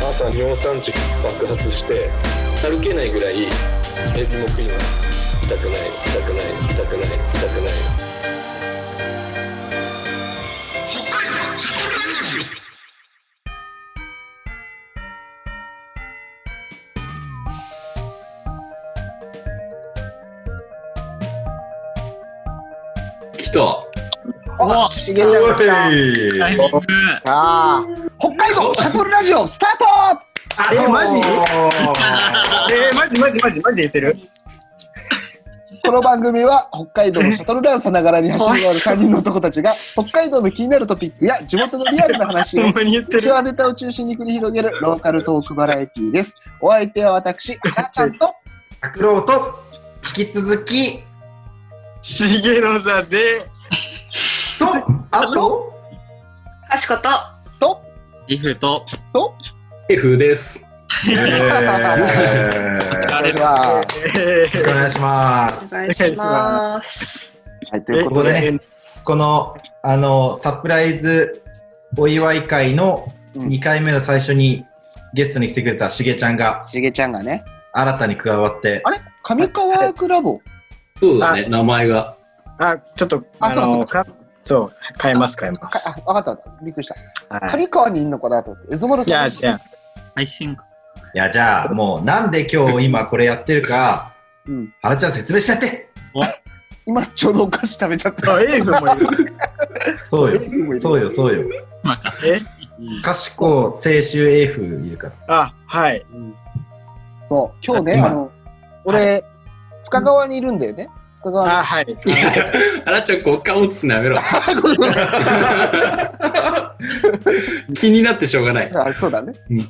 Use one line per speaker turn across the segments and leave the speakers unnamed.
朝尿酸値爆発して歩けないぐらいエビも食います痛くない痛くない痛くない痛くない
来た
お
資源だったさ
タイミング
あ北海道シャトルラジオスタート
えー、マジ
おー
えー、マジマジマジマジ言ってる
この番組は北海道のシャトルランさながらに走り回る3人の男たちが北海道の気になるトピックや地元のリアルな話を
ほんまに言って
今日
る
はネタを中心に繰り広げるローカルトークバラエティーです。お相手は私、あーちゃんと、
拓郎と引き続き
しげのさで
とあと
かしこと、
と、
リフと
風です
えー
あ
あ
れ
れ
は、は
え
よろしくお願いしま
お
す
願いします。
い、ということで、
え
ね、
このあのサプライズお祝い会の
うん
2回目の最初にゲストに来てくれたしげちゃんが
しげちゃんがね、
新たに加わって
あれ上川クラボ、
そうだね名前が
あちょっと
あ
あ
そうそう
のかそう変えます変えま
か
す
あ、わかったわかった、びっくりした。
はい
上川にいんのかなと思って、蝦夷丸
じゃ
さ
あ
ん
じゃあ
配信か
いやじゃあもうなんで今日今これやってるか
うん、
原ちゃん説明しちゃって
今ちょうどお菓子食べちゃった。
あ、エーフもいる。
そうよ
もいる
そうよそうよ
まか
え
かしこ青春英風いるから
あ、はい。
うんそう、今日ね、
今
あの、俺、深川にいるんだよね。深川
あ、
に。
はい。
あらちゃん極寒落ちすのやめろ気になってしょうがない
あそうだね
うん。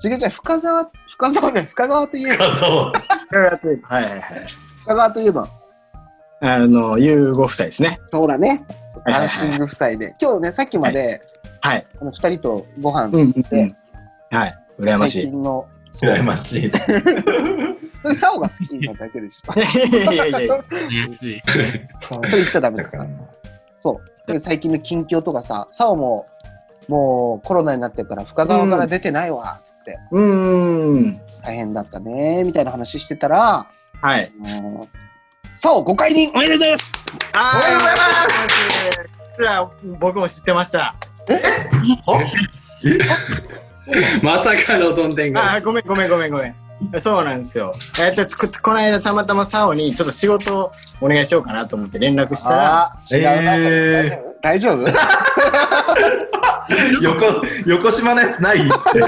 しげちゃん、深沢、深沢ね、深川とい えば、
あそう
はいはいはい。
深川といえば、
あの、ゆうご夫妻ですね。
そうだね。
はい
ダ
は
ン
い
シング夫妻で。今日ね、さっきまで、
はい。
この二人とご飯、
うんうん
うん。
はい。羨まし
最
い。
近の、そう
羨ましい
それ、サオが好きなだけでしょ。
いやいやいや。
怪しい
それ言っちゃダメ
だ
だ
か
からら。そう。それ最近の近況とかさ、サオも、もうコロナになってるから、深川から出てないわ、つって、
うーん。
大変だったね、みたいな話してたら、
はい。
あのサオ、ご解任おめでとうございます
あ
おめでとうござい
いますいや、僕も知ってました。
まさかのどんでんが
あー、ごめんごめんごめんごめん。そうなんですよ。えじゃあここの間たまたまサオにちょっと仕事をお願いしようかなと思って連絡したら、
あー違うな、
え
これ大丈夫大丈夫
横横島のやつないっつって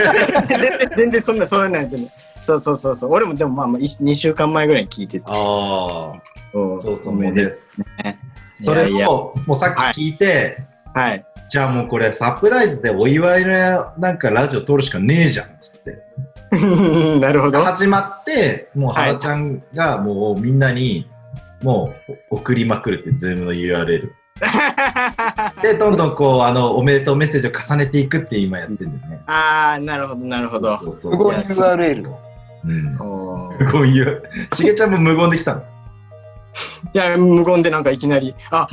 全然全然そんなそうなんじゃない。そうそうそうそう。俺もでもまあまあ2週間前ぐらいに聞いてて。
ああそうそう
ごめ
もうん
ね
ねそれを
いやいや
もうさっき聞いて、
はい。
じゃあもうこれサプライズでお祝いのなんかラジオ撮るしかねえじゃんっつって
なるほど。
始まってもう
はい
原ちゃんがもうみんなにもう送りまくるってズームの URL でどんどんこうあのおめでとうメッセージを重ねていくって今やってるんだよね
ああ、なるほど、なるほど。
そうそう
無
そう
言 URL。
うん
おー
無言言うしげちゃんも無言できたの
いや、無言でなんかいきなり、あ、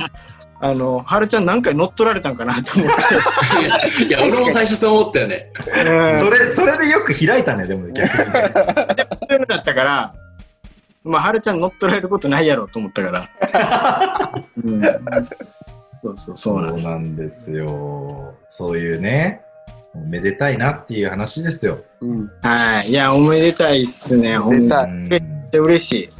あの、はるちゃんなんか乗っ取られたんかなと思って。
い や俺も最初そう思ったよね
うん
それそれでよく開いたね でも逆に
そういうのだったから、まあ、はるちゃん乗っ取られることないやろうと思ったから。 うんそうそう、そうなんです。
んですよ。そういうね、めでたいなっていう話ですよ。
うん。
はい。いや、おめでたいっすね。
おめでたい
ほん
うん
と嬉しい。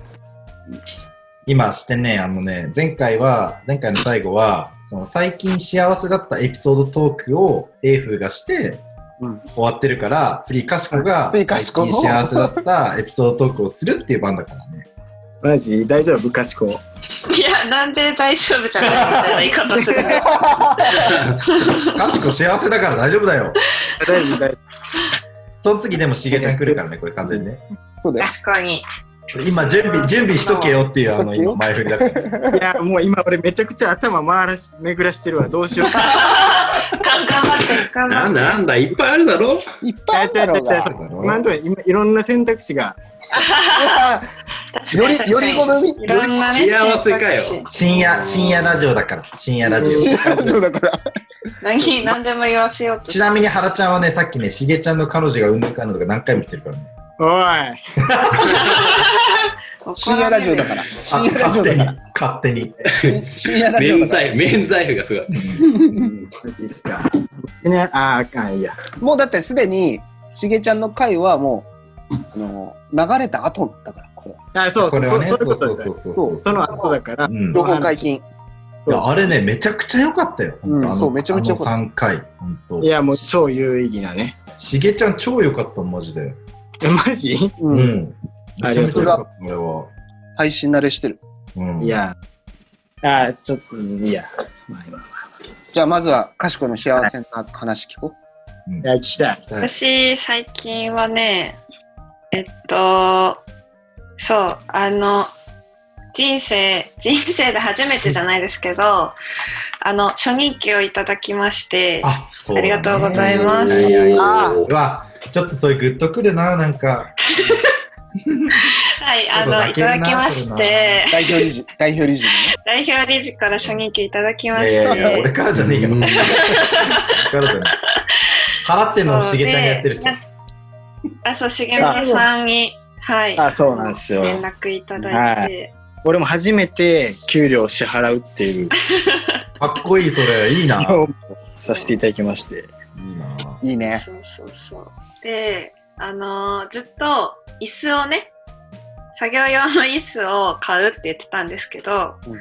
今してね、あのね、前回は、前回の最後は、その最近幸せだったエピソードトークを A 風がして、
うん
終わってるから、次、かしこが
次か
最近
しこの
幸せだったエピソードトークをするっていう番だからね。
マジ大丈夫かしこ。
いや、なんで大丈夫じゃないみたいな言い方する の
かしこ幸せだから大丈夫だよ。
大丈夫、大丈
その次でもしげちゃん来るからね、これ完全にね。
そうだよ。
確かに。
今、準備、準備しとけよっていう、あの、今、前振りだから。
夫。い や、もう今俺めちゃくちゃ頭回らし、巡らしてるわ。どうしようか。
頑張って仲
な
間
んだなんだ、いっぱいあるだろ
いっぱいあるだろうが
いや違う違う違今のところ今いろんな選択肢が
よりより好み
いろんなね
幸せかよ
選択肢
深夜、深夜ラジオだから。深夜ラジオ。
そうだから
何何でも言わせようと
ちなみに、ハラちゃんはね、さっきね、しげちゃんの彼女が産んだ彼女が何回も言ってるからね。
お
深夜ラジオだから
あ
深夜ラジオだから
勝手に。
深夜ラジオ
免
だか
罪、免罪符がすごい。
いマジっすかねあーあかんいいや
らもうだってすでにしげちゃんの回はもうあの流れた後だからこれは
あそうそう、
れ
そ
は
う
ね、
そういうことですよ
そうそうそう
その後だから
うん
情報解禁
いやあれね、めちゃくちゃ良かったよ。
うん
ほとあの
そうめちゃめちゃ良かった
あの3回、本当
い。やもう超有意義なね
しげちゃん超良かった、マジで。
えマジ
う
うんん。
あ
めちゃめちゃ良かった、俺は。
配信慣れしてる
うん。
いやあーちょっとうんいやまあまあ
じゃあまずはかしこの幸せな話聞こ
いや聞きたい
私最近はねえっとそうあの人生人生で初めてじゃないですけどあの初任給をいただきましてあ
あ、そうだ
り
ね
がとうございます、
いやいやいや
あ
うわ、ちょっとそれグッとくるな、なんか。
はいあ
ちょっ
の
と
い
泣け
た
るな
だきまし
そ
て
う代表理事代表理事のね
代表理事から初任給いただき
い
ま
やい
して
やいや、俺からじゃねえよ。
うん
俺からじゃねえ。払ってんのをしげちゃんがやってるし
そう。ねあそうしげみさんにはい
あそうなんですよ
連絡いただいて、
俺も初めて給料を支払うって いう
かっこいい、それ。いいな。いい
をさせていただきまして
な。
いいね
そうそうそう。で、あのーずっと椅子をね、作業用の椅子を買うって言ってたんですけど、
うん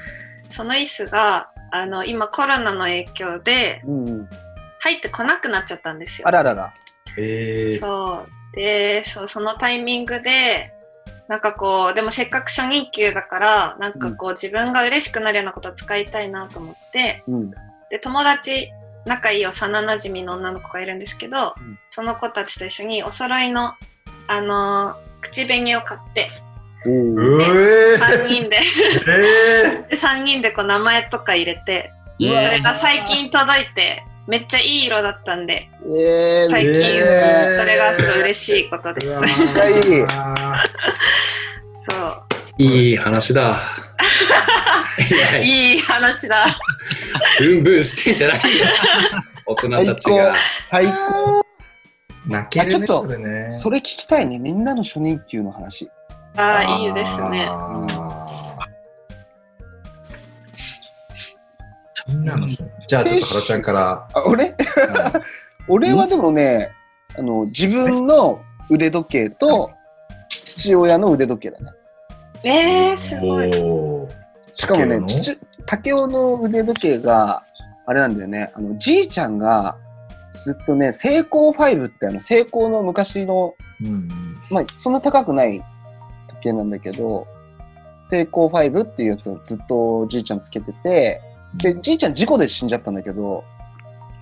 その椅子が、あの、今コロナの影響で
うんうん
入ってこなくなっちゃったんですよ
あ。ららら
えー
そう。で、そう、そのタイミングで、なんかこう、でもせっかく初任給だから、なんかこう、自分が嬉しくなるようなことを使いたいなと思って、
うん
で友達仲いい幼なじみの女の子がいるんですけど、
うん
その子たちと一緒にお揃いの、あのー口紅を買って
おー
うえー
3人で
え
で3人でこう名前とか入れてそれが最近届いてめっちゃいい色だったんで
えー
最近、
え
それがすごい嬉しいことです
めっちゃいい
そ
いい話 だ。いうやいや、
いい話だ
ブンブンしてんじゃ ないよ。大人たちが。
最高
泣けるね
あちょっと
それね
それ聞きたいねみんなの初任給の話
ああいいですね
あーじゃあちょっとハラちゃんから。
あ俺
うん
俺はでもね、あの自分の腕時計と父親の腕時計だね。
えー、すごい
おー
しかもね、
竹雄の
父竹雄の腕時計があれなんだよね。あのじいちゃんがずっとね、セイコーファイブってあのセイコーの昔の
うん
まあそんな高くない時計なんだけど、セイコーファイブっていうやつをずっとじいちゃんつけてて、でじいちゃん事故で死んじゃったんだけど、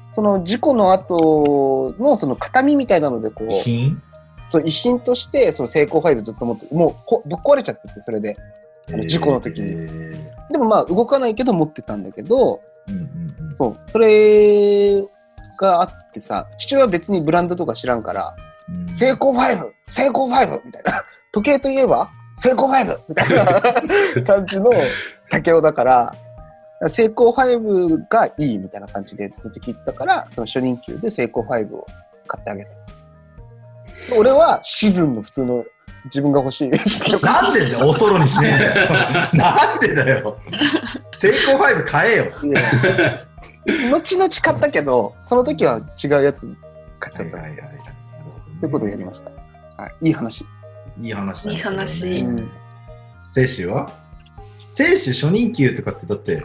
その事故の後のその形見みたいなのでこう。
品
そう遺品としてその成功ファイルずっと持ってもうこぶっ壊れちゃっててそれであの事故の時に
えー
でもまあ動かないけど持ってたんだけど
うんうんうん
そうそれがあってさ父親は別にブランドとか知らんから
うん
「成功ファイブ成功ファイブ」みたいな 時計といえば「成功ファイブ」みたいな 感じの竹雄だから。成功ファイブがいいみたいな感じでずっと聞いてたからその初任給で成功ファイブを買ってあげたで俺はシズンの普通の自分が欲しい
なんでだよおそろにしてん だよなんでだよ成功ファイブ買えよ
いや 後々買ったけどその時は違うやつ買っちゃった、ってことをやりましたはいいい話、
いい話だね
いい話
それ
いい
ね精子は精子初任給とかってだって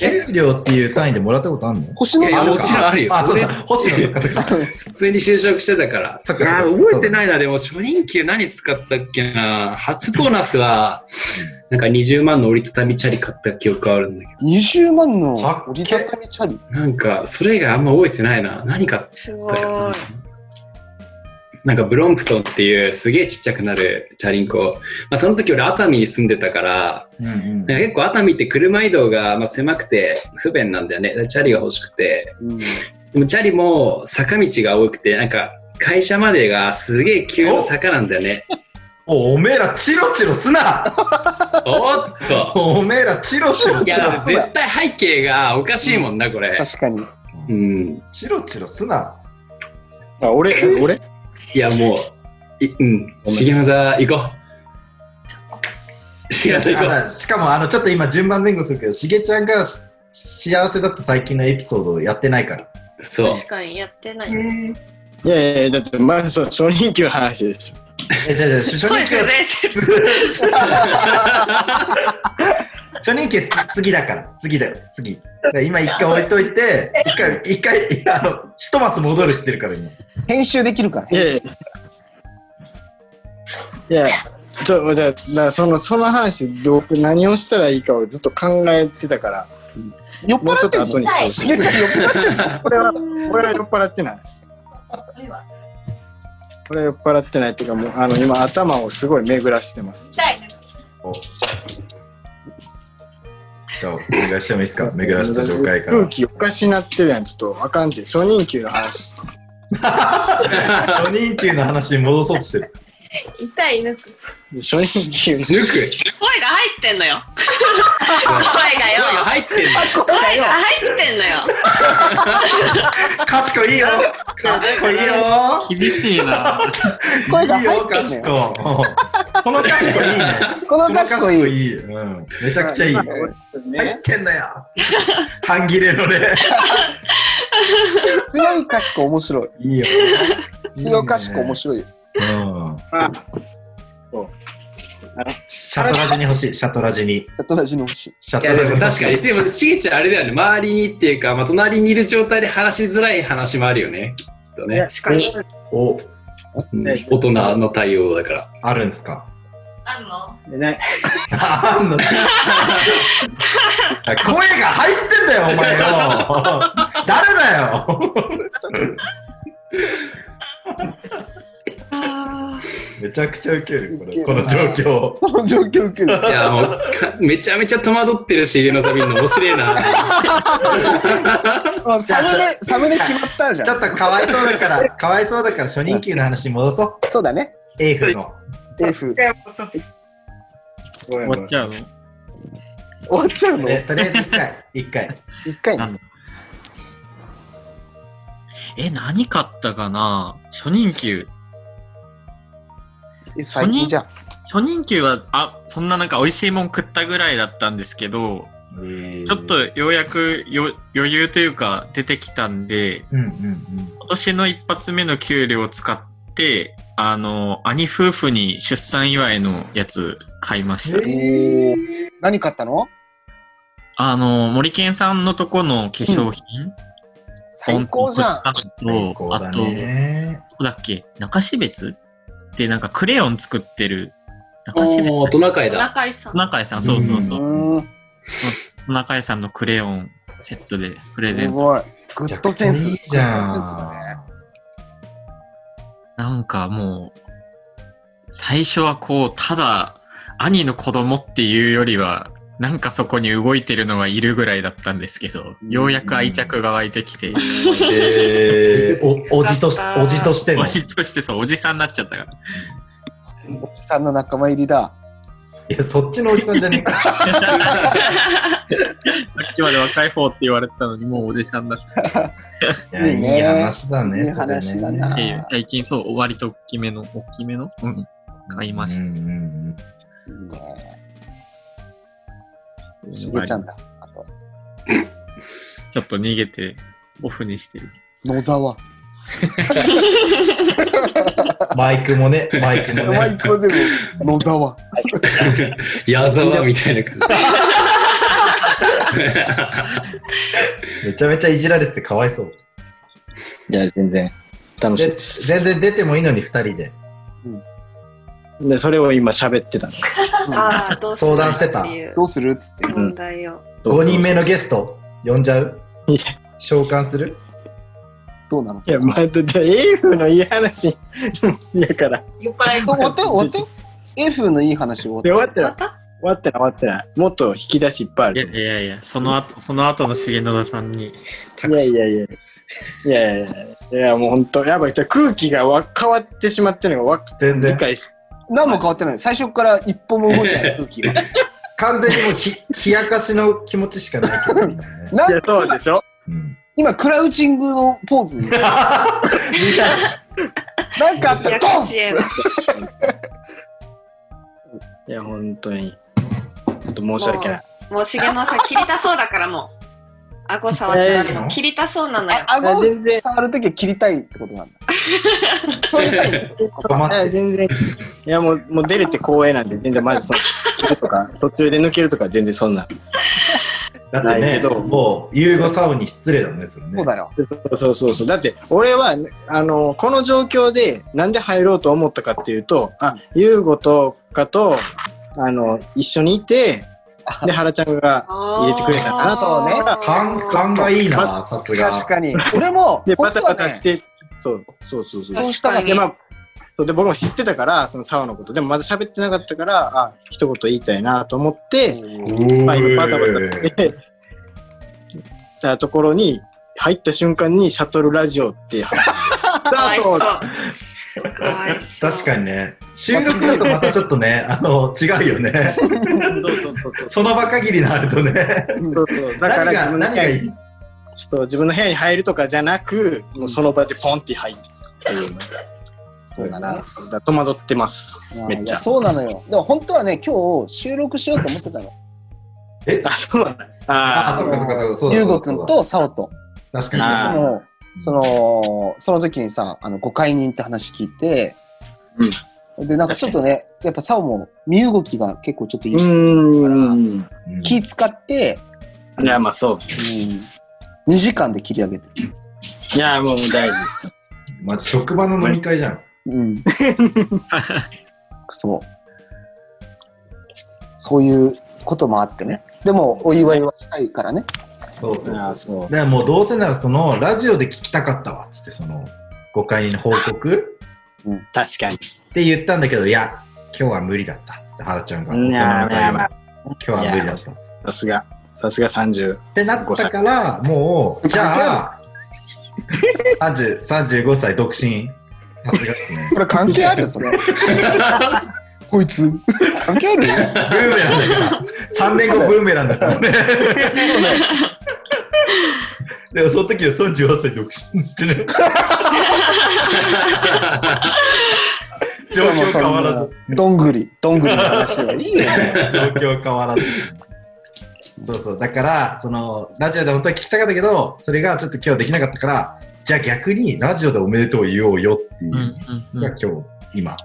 給料っていう単位でもらったことあるの
星の
いや
あ
もちろんあるよ
あ、そうだ。星野、そっかそっか。
普通に就職してたから。
そっかそっか
あー覚えてないな、でも初任給何使ったっけな。初ボーナスは、なんか20万の折りたたみチャリ買った記憶あるんだけ
20万の
かっけ
折りたたみチャリ
ど、なんかそれ以外あんま覚えてないな。何買っ
すご
た
い
かな。なんかブロンプトンっていうすげえちっちゃくなるチャリンコ、まあ、その時俺熱海に住んでたから
うんうん
なんか 結構熱海って車移動がまあ狭くて不便なんだよねチャリが欲しくて
うん
でもチャリも坂道が多くて、なんか会社までがすげえ急な坂なんだよ ね。
おおめえらチロチロすな
おっと
おめえらチロチロ
い
す
や、
な
絶対背景がおかしいもんな、これ。
確かに。
うん。
チロチロすな
あ、俺、え俺
いや、もう、いうん。重野座行こう。重野座行こ
あしかもあのちょっと今順番前後するけどしげちゃんがし幸せだった最近のエピソードをやってないから
う。そう。
確かにやってない。
いやいやいや、だって、まずその初任給の話でしょ。
えじゃあじゃあ初
声
任
震
給
えてる。
初任給つ次だから次だよ次だから今一回置いといて一回一回いやあの一マス戻るしてるから今
編集できるから
い。やいや。いや、ちょ、だだからその、その話、どう、何をしたらいいかをずっと考えてたから、
酔っ
もうち
払
ょ
っ
ってと後
る
にしてほし
し
い。
げちゃん酔っ払ってる
これは、これは酔っ払ってない。これは酔っ払ってないっていうか、もう、あの、今、頭をすごい巡らしてます。
じゃあお願いしてもいいですか巡らした状態から
空気おかしなってるやん、ちょっとあかんって、初任給の話。
初任給の話に戻そうとしてる
痛い抜く。
初任給の
抜く。
声が入ってんのよ。声
声が
がよ。
入ってる
声が入ってんのよ。
賢いよ賢いよ
厳しいな。
声が
いいよ
入ってんの
賢こ の賢いいね
この
この
賢
賢
いい。
いい、うん、めちゃくちゃいい
今
入ってんだよ 半切れのね
強い賢い面白い。
いいよ
強賢い面白いよ。
いいねうんシャトラジに欲しいシャトラジに
やっと同じの欲しい。
シャ
い
ト
や
ラ
で
ジ
も
に欲
確
し
か
い
に、でもしげちゃんあれだよね、周りにっていうか、まあ、隣にいる状態で話しづらい話もあるよね、きっとね。
確かに。
お
うん大人の対応だから。
あるんすか
あんの
ね、
あんの 声が入ってんだよお前よ誰だよめちゃくちゃウケるこれこの状況
この状況受け る。
いや、もうか、めちゃめちゃ戸惑ってるし、のさみんな面白いな。
あサムネ、サムネ決まったじ
ち
ゃ
ょ
ん。
っとかわいそうだから、かわいそうだから初任給の話に戻そう。
そうだね。
エイフの。
F。
ごめんご
終
め
わ
ん
っちゃうの
終わっちゃうの
えとりあえず一回、一回。
一回ね。
え、何買ったかな初任給。
え最近じゃん。
初任給は、あ、そんななんか美味しいもん食ったぐらいだったんですけど、ちょっとようやくよ余裕というか出てきたんで、
うんうんうん。
今年の一発目の給料を使って、あの、兄夫婦に出産祝いのやつ買いました。
おー何買ったの
あの、森健さんのとこの化粧品、
最高じゃん。
あ
最
と、
高
あ
だ
と、ど
ね。
こだっけ中標津ってなんかクレヨン作ってる。中標
おー、トナカイ
お
だ。
腹いさん。
中井さん、そうそうそうう。
ーん、
中井さんのクレヨンセットでプレゼ
す
ント。
ごい。グ
めち
ッ
ゃ
ド
くち
セ
ゃ
ンス。
いいじゃ
グッドセンスだね
ん。
なんかもう、最初はこう、ただ、兄の子供っていうよりは、なんかそこに動いてるのがいるぐらいだったんですけど、ようやく愛着が湧いてきて、
えー、おおじとし、おじとしての
お。じとしてそう、おじさんになっちゃったから。
おじさんの仲間入りだ。
いや、そっちのおじさんじゃねえか。
さっきまで若い方って言われてたのに、もうおじさんになっちゃった。
いや、
いいね
いい話だね。
いい話だ
そ
な
れね
ええ最近そう、割と大きめの、大きめの、うん、買いま
う
した。
んうん
いいね。しげちゃんだ。あと、
ちょっと逃げて、オフにしてる。
野沢。
うんマイクもね、マイクも
マイ
ね。
クは全部、野沢。
矢沢みたいな感
めちゃめちゃいじられててかわいそう。
いや、全然楽しい
で
です。
全然出てもいいのに二人で。
で、それを今喋ってたの。
ああ、どうする
相談してた
っていう
どうするっつって。
問題を。
5人目のゲスト、呼んじゃう
いや
召喚する
どうなの
いや、まあ、だって、エイフのいい話やから。
酔っ払い。
終わって終わって ?F のいい話を
で、終わってな
ま
い。
た
終わってない、終わってない。もっと引き出しいっぱいあ
いや
る。
いやいや、その後、その後の重野田さんに
いやいやいや。いやいやいや、いやもう本当、やばい、空気がわ変わってしまってるのがわ
全
理
然。
解し、
何も変わってない。最初から一歩も動いてない空 気は。
完全にもうひ、冷やかしの気持ちしかないけど、今ね。
ない
や、そうでしょ。
うん。
今、クラウチングのポーズに。なんかあったら、
や
ド
か
ン
しえば
いや、本当に。本当申し訳ない。
もう重野さん切りたそうだからもう顎触ってたの切りたそうなのよ
あ顎を
全然、
触るときは切りたいってことなんだ。そういうサイン
黙って
いや全然。いや、もう、もう出れて光栄なんで、全然マジその、 切るとか、途中で抜けるとか、全然そんな。
だっ て
ないけ
ね、
ど
もう、ユーゴサウに失礼だもんね、それね。
そうだよ。
そうそうそうそう。だって、俺は、あの、この状況で、なんで入ろうと思ったかっていうと、あ、ユーゴとかと、あの、一緒にいて、で、原ちゃんが、入れてくれたか
なそうね
勘、勘がいいな、さすが
確。かに。俺も、
で、
本
バ
当
タ
はね
バタして、そうそうそうそう
そう。した
確
ら
かに
で、まあ、そうで僕も知ってたから、その沢のこと、でもまだ喋ってなかったから、あ、一言言いたいなと思って、まあ、今バタバタして、たところに、入った瞬間にシャトルラジオっていう話スタ
かわい
ー
そう
ト
かわいそう
確かにね。収録だとまたちょっと ね、あの、違うよね。
そうそうそうそう。
その場限りになるとね。
そうそう だから自
何が、
分の
何
部
が
屋
い
に
い
そう自分の部屋に入るとかじゃなく、もうその場でポンって入るっていうの
そうだ
だ
な
から、そうだ戸惑ってます。めっ
い
ちゃ
やそうなのよ。でも本当はね、今日収録しようと思ってたの。
え
あ、そうなんだ。
あ
あ
あ、そっかそっかそっかそうだ。
ゆうごくんとさおと。
確か
で
に
あ
確
ー
私
かに。
も、その、その時にさ、あの、ご解任って話聞いて、で、なんかちょっとね、やっぱさおも身動きが結構ちょっと
うーん。
うん
気使って、
いや、まあそう。
うん、2時間で切り上げてる。
いや、もう大事です。
まあ、職場の飲み会じゃん。
う ん。そう。そういうこともあってね。でも、お祝いはしたいからね。
そうそうそう。だか
そう。
らもうどうせならその、ラジオで聞きたかったわ、つって、その、誤解の報告
確かに。
って言ったんだけど、いや、今日は無理だった、つって、原ちゃんが。
いやいやまあ
今日は無理だった、つって。
さすが。さすが30。
ってなったから、もう、じゃあ、30 35歳独身。さすがですね。
これ関係あるそ れ。こいつ。関係ある
ブーメランだから。3年後ブーメランだからね。でも、その時は38歳独身っつって ね。状況変わらず。
ず。どんぐり、どんぐりの話はいいよね。
状況変わらず。そうそう。だから、その、ラジオで本当は聞きたかったけど、それがちょっと今日できなかったから、じゃあ逆にラジオでおめでとう言おうよっていう。が今日、今。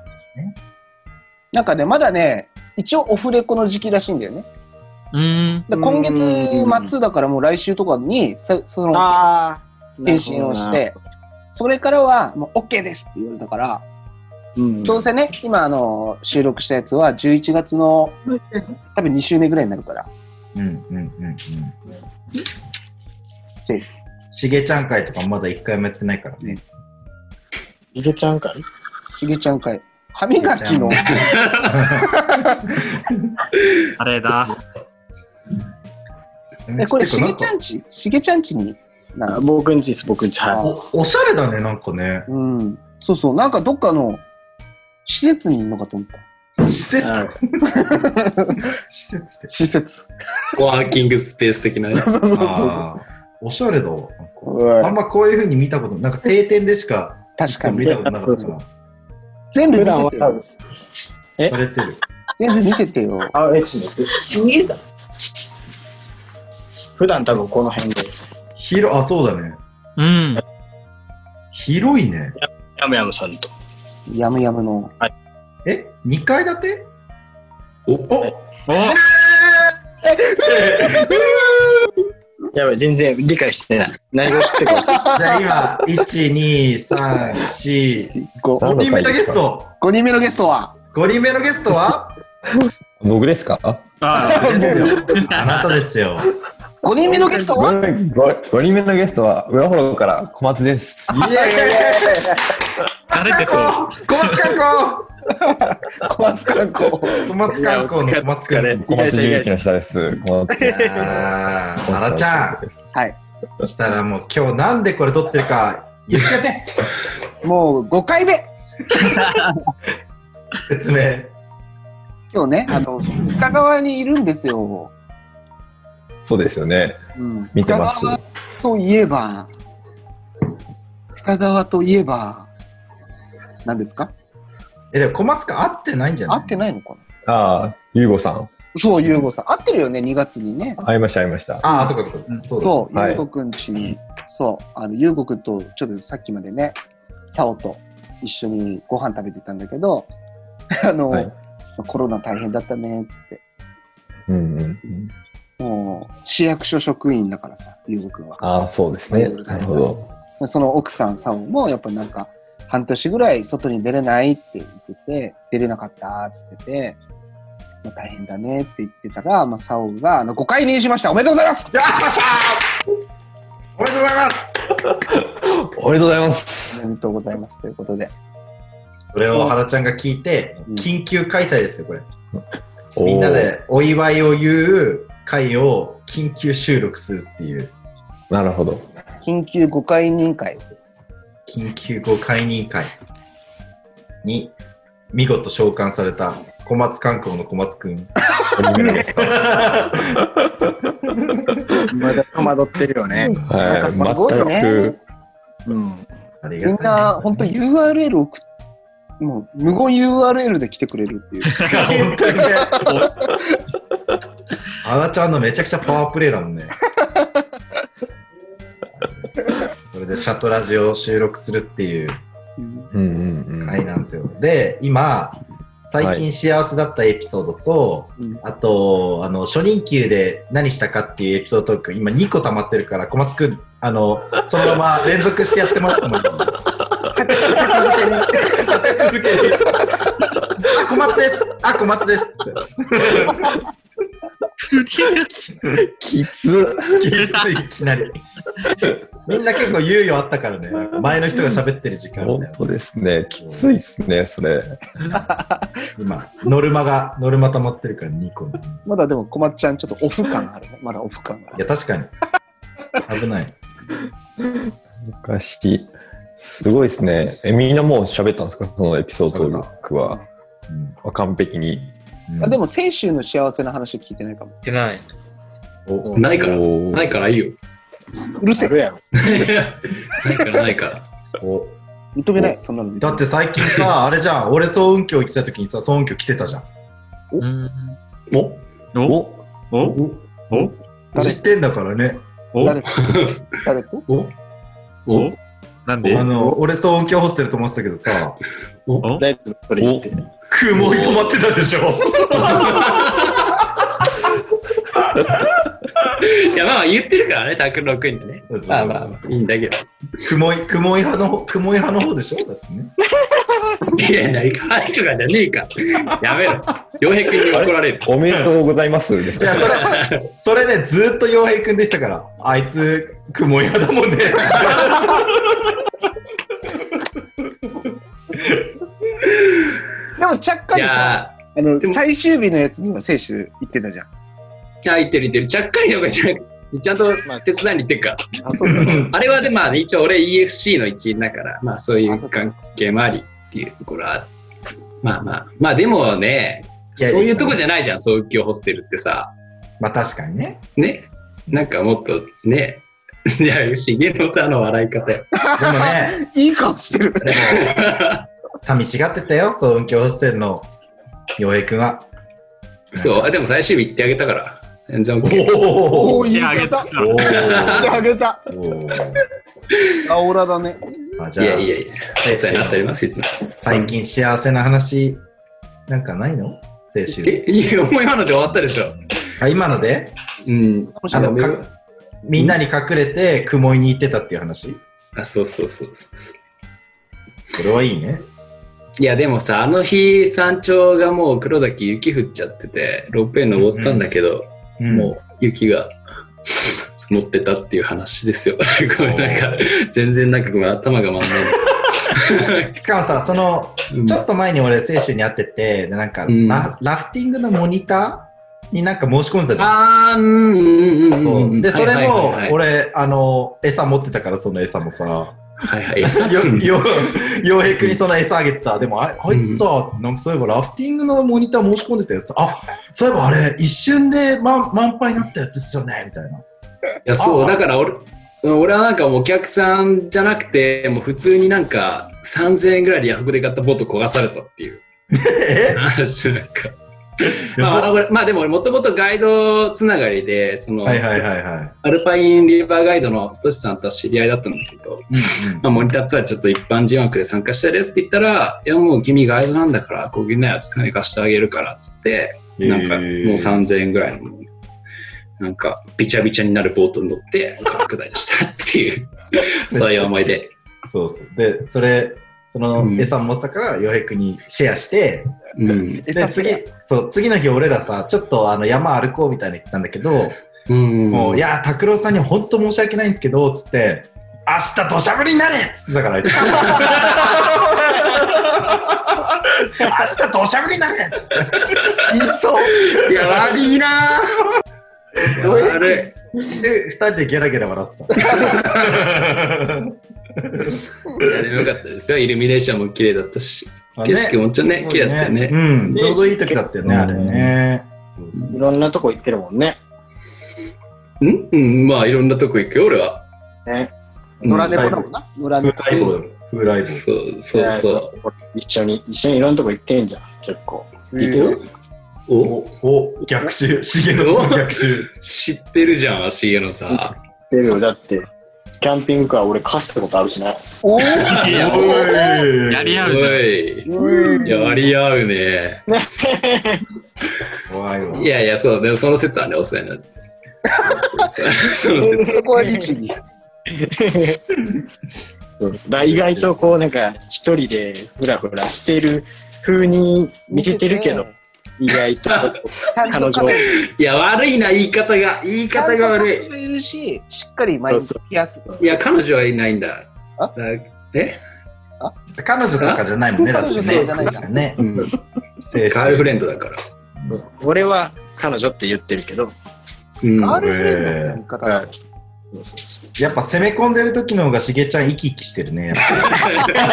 なんかね、まだね、一応オフレコの時期らしいんだよね。
うん。
で今月末だからもう来週とかに、さその、
ああ。
返信をして、それからはもう OK ですって言われたから、
うん。
どうせね、今あの、収録したやつは11月の多分2週目ぐらいになるから、
うんうんうんうん。
セーフ。
しげちゃん会とかまだ一回もやってないからね。
いけちゃうんかい
しげちゃん会。歯磨きの、
あれだ。
え、これしげちゃ
ん
んちしげちゃんちにな
あ
の
僕んちです、僕んち。は
おおしゃれだね、なんかね。
うん。そうそう、なんかどっかの施設にいるのかと思った。
施
い。
設
はい
施設で。
施設。
ワーキングスペース的なね。
そうそうそうそう。
あーおしゃれだわ。
う
あん
ん
まこういうふうに見たこと、なんか定点でしか
確か
見
に。
たことなか
そ
っ
う
た
そう
か
全部
普
見
段
せ
は
て
多
よ。
分。
ら。
え
されてる。
全部見せてよ。
あ、え、ちょっと待って
見えた。
普段多分この辺で。
広、あ、そうだね。
うん。
広いね。
やむやむさんと。
やむやむの。
え、二階建て
おお
やばい、全然理解してない。何が起きてるか。
じゃあ 今、1、2、3、4、
5,
5人目のゲスト。
5人目のゲストは、
5人目のゲストは
僕ですか
あ
あなたですよ。あなたです よ。
5人目のゲストは、
?5 人目のゲストは裏方から小松です。
イエーイ
誰で
観
そう
光小松
小松
観
観光。
光小松観光の小松観光。
小松純一の下です。小松
あーあらちゃん、
です。
はい。
そしたらもう今日なんでこれ撮ってるか言ってやって
もう5回目
説明。
今日ね、あの、深川にいるんですよ。
そうですよね。
うん、
見てます
深川といえば、深川といえば、何ですか
え、でも小松か会ってないんじゃな
合
い
ってないのかな
ああ、ゆうごさん。
そう、ゆうごさん。合ってるよね、2月にね。
会いました、会いました。
ああ、そっかそっか。うんそうだ
そう、
はい
ゆうごくんちに、そう、あの、ゆうごくんと、ちょっとさっきまでね、さおと一緒にご飯食べてたんだけど、 あの、
はい
コロナ大変だったね、つって。
うんうんうん。
もう、市役所職員だからさ、ゆうごくんは。
ああ、そうですね。なるほど。
その奥さんさんも、やっぱなんか、半年ぐらい外に出れないって言ってて、出れなかったっつってて、まあ、大変だねって言ってたら、まあ、サオが、あの、誤解にしました。おめでとうございます
よっしゃおめでとうございます
おめでとうございま
お
す。
めでとうございます。ということで。
それを原ちゃんが聞いて
うん、
緊急開催ですよ、これ。
おー
みんな。でお祝いを言う会を緊急収録するっていう、
なるほど。
緊急誤解人会です。
緊急後解任会に、見事召喚された小松観光の小松くん。
まだ戸惑ってるよね。
なんかすご
はいい。
ね
全く。
うん。
ありが
みんな、本当 URL 送っ、もう、無言 URL で来てくれるっていう。
本当にね。原ちゃんのめちゃくちゃパワープレイだも んね。それでシャトラジオを収録するっていう。
うん
うんうんうん。
回なんですよ。で、今、最近幸せだったエピソードと、
うん
あと、あの、初任給で何したかっていうエピソードトーク、今2個溜まってるから、小松くん、あの、そのまま連続してやってもらってもいい続けに。 あ、小松ですあ、小松です
きつ。
いきなり。みんな結構猶予あったからね。前の人が喋ってる時間だよ
本当ですね。きついっすね、それ。
今、ノルマが、ノルマ溜まってるから2個。
まだでも、こまっちゃん、ちょっとオフ感あるね。まだオフ感があ
い
る。
や、確かに。危ない。
おかしい。すごいですね。え、みんなもう喋ったんですかそのエピソードトークは。あ完璧に。
あでも、先週の幸せな話聞いてないかも。
てない。
も、
ないから。
おー
ないからいいよ。
うるせえ
あ。るやろ。
ないからないから。
お
認めない。そんなの認めな
だ
い
って最近 さ、あれじゃん、俺総運協行ってた時にさ、総運協来てたじゃん。
うん
お
お
お
おお
知
誰
ってんだからね。
誰と誰と
お
おなんで
あの、俺総運協ホステル泊まってたけどさ、
お
大丈夫それ言って。
雲に泊まってたでしょ。
いやまあ言ってるからね、拓郎君にね
そうそうそう。
まあまあまあ、いいんだけど。
雲井、雲井派の、雲井派の方でしょ だってね。
いや、何か、愛とかじゃねえか。やめろ。洋平君に怒られる。
おめでとうございますです
いや、
か
それ、それね、ずーっと洋平くんでしたから、あいつ、雲井派だもんね。
でも、ちゃっか
い
りさ、
や
あの
で、も
最終日のやつには選手行ってたじゃん。
ー、入ってる言ってる。ちゃっかりとかじゃなくて、ちゃんと手伝いに行ってるから。
あ、そうだ。
あれはで、まあ、一応俺 EFC の一員だから、まあ、そういう関係もありっていうところは、まあまあ、まあでもね、
いや
そういうとこじゃないじゃん、総協ホステルってさ。
まあ確かにね。
ね。なんかもっとね、 いや、重野さんの笑い方よ。
でもね、
いい顔してる。
でも、寂しがってたよ、総運協ホステルの洋平くんは。
そう、あでも最終日行ってあげたから、全然 OK。
お
お
お
お、いい方。
げた
言
か
お
ってあげた。
ー
あオラだね。
あじ
い
ゃあ
やいやいや、お世話になっております、いつも。
最近幸せな話なんかないの青春
え、いや、もう今ので終わったでしょ。
あ今ので
うん。
あの
いや
かみんなに隠れて雲井に行ってたっていう話
あ、そうそうそうそうそう。
これはいいね
いやでもさあの日山頂がもう黒滝雪降っちゃっててロープウェイ登ったんだけど、もう雪が積もってたっていう話ですよ ごめんなんか全然なんかごめん頭が回んないう
しかもさその
うん
ちょっと前に俺青春に会っててでなんか、
うん
ララフティングのモニタになんか申し込んでたじゃん。
あー、うんうんうんうんうん。
で、そ
は
れ
いはい
も
はい、はい、
俺、あの、餌持ってたから、その餌もさ、
はいはい、餌
よ、
君
よ、洋平君にその餌あげてさ、でもあ、あいつさ、なんかそういえばラフティングのモニター申し込んでたやつさ、あ、そういえばあれ、一瞬で満満杯になったやつですよね、みたいな。
いやそ
あ
うだから俺俺はなんかもうお客さんじゃなくてもう普通になんか3000円ぐらいでヤフオクで買ったボート焦がされたっていう
え
話なんかまああの俺まあでも俺もともとガイドつながりでその、
はいはいはいはい。
アルパインリバーガイドのトシさんとは知り合いだったんだけど、まあ、モニターツアーちょっと一般人枠で参加したいですって言ったら「いやもう君ガイドなんだからこぎなよ」つって金貸してあげるからっつってなんかもう3000円ぐらいの、なんかびちゃびちゃになるボートに乗って川下りしたって いう、そういう思い出。
そうそう。で、それ、その
うん
餌持ってたから、洋平君にシェアして、
うん。
で、次、そう、次の日俺らさ、ちょっとあの山歩こうみたいな言ってたんだけど、
うん。
もう、いやー、拓郎さんには本当申し訳ないんですけど、つって、明日土砂降りになれっつって たから、あいつ明日土砂降りになれっつって。
言いそう。
いや、悪いなぁ。
どういう
悪
で、二人でゲラゲラ笑ってた。
い。いや、でもよかったですよ。イルミネーションも綺麗だったし。 景色もちょっとね
すご
綺
い
麗だったよね
うん、ちょうどいい時だったよね、あれね。そうそう
いろんなとこ行ってるもんね。
んうん、まあ、いろんなとこ行くよ、俺は。
ね。
うん
野良猫だもんな。野良
風
猫。
来坊だよ。風来坊。
そうそう
ね
そ
一緒に、一緒にいろんなとこ行ってんじゃん、結構。
う。いつおお
お、お、逆襲。重野さん逆襲。
知ってるじゃん、足家のさ。
出るよ、だって。キャンピングカー俺貸したことあるしな。
おー
いや
おい
やり合うじゃん
おい。やり合うね。
怖いわ
い。やいや、そう、でもその説はね、お世話になって。そう そうそう
そこはリーチに。
そうそうだから意外とこうなんか一人でフラフラしてる風に見せてるけど、意外と。
彼女
彼
いや、悪いな、言い方が。言い方が悪い。
い。いるし、しっかり毎日冷やす。
いや、彼女はいないんだ。
あ
だえ、
彼女とかじゃないもんね、だってね。
彼女じゃない
だからね。
うん、
精
ガールフレンドだから。
俺は彼女って言ってるけど、
うん、
ガールフレンドの言い方だ
うんそうそうそう
やっぱ攻め込んでる時の方がしげちゃん生き生きしてるね。
デ
確かに。
ィ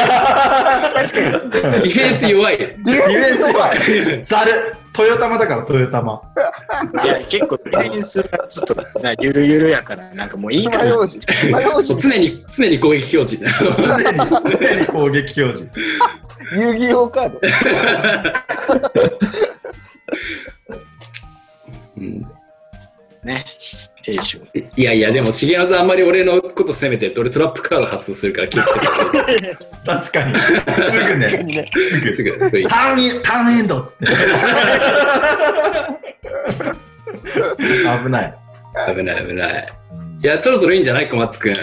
フェンス弱い。
ディフェンスはザル豊玉だから豊玉。
いや結構ディフェンスがちょっとなゆるゆるやから、なんかもういいか
爪
な。
楊枝。爪楊
常
枝。
に、常に攻撃表示。
常に常に攻撃表示。
遊戯王カード。
うん
ね。亭主。
いやいや、でも、重野さん、あんまり俺のこと責めてると、俺トラップカード発動するから気をつけてくださ
確かに。すぐ
確か
ね。
にね。
す
い。す
ぐ。
ぐ。
ターンエン、ターンエンドっつって。危ない。
危ない、危ない。いや、そろそろいいんじゃない小松くん。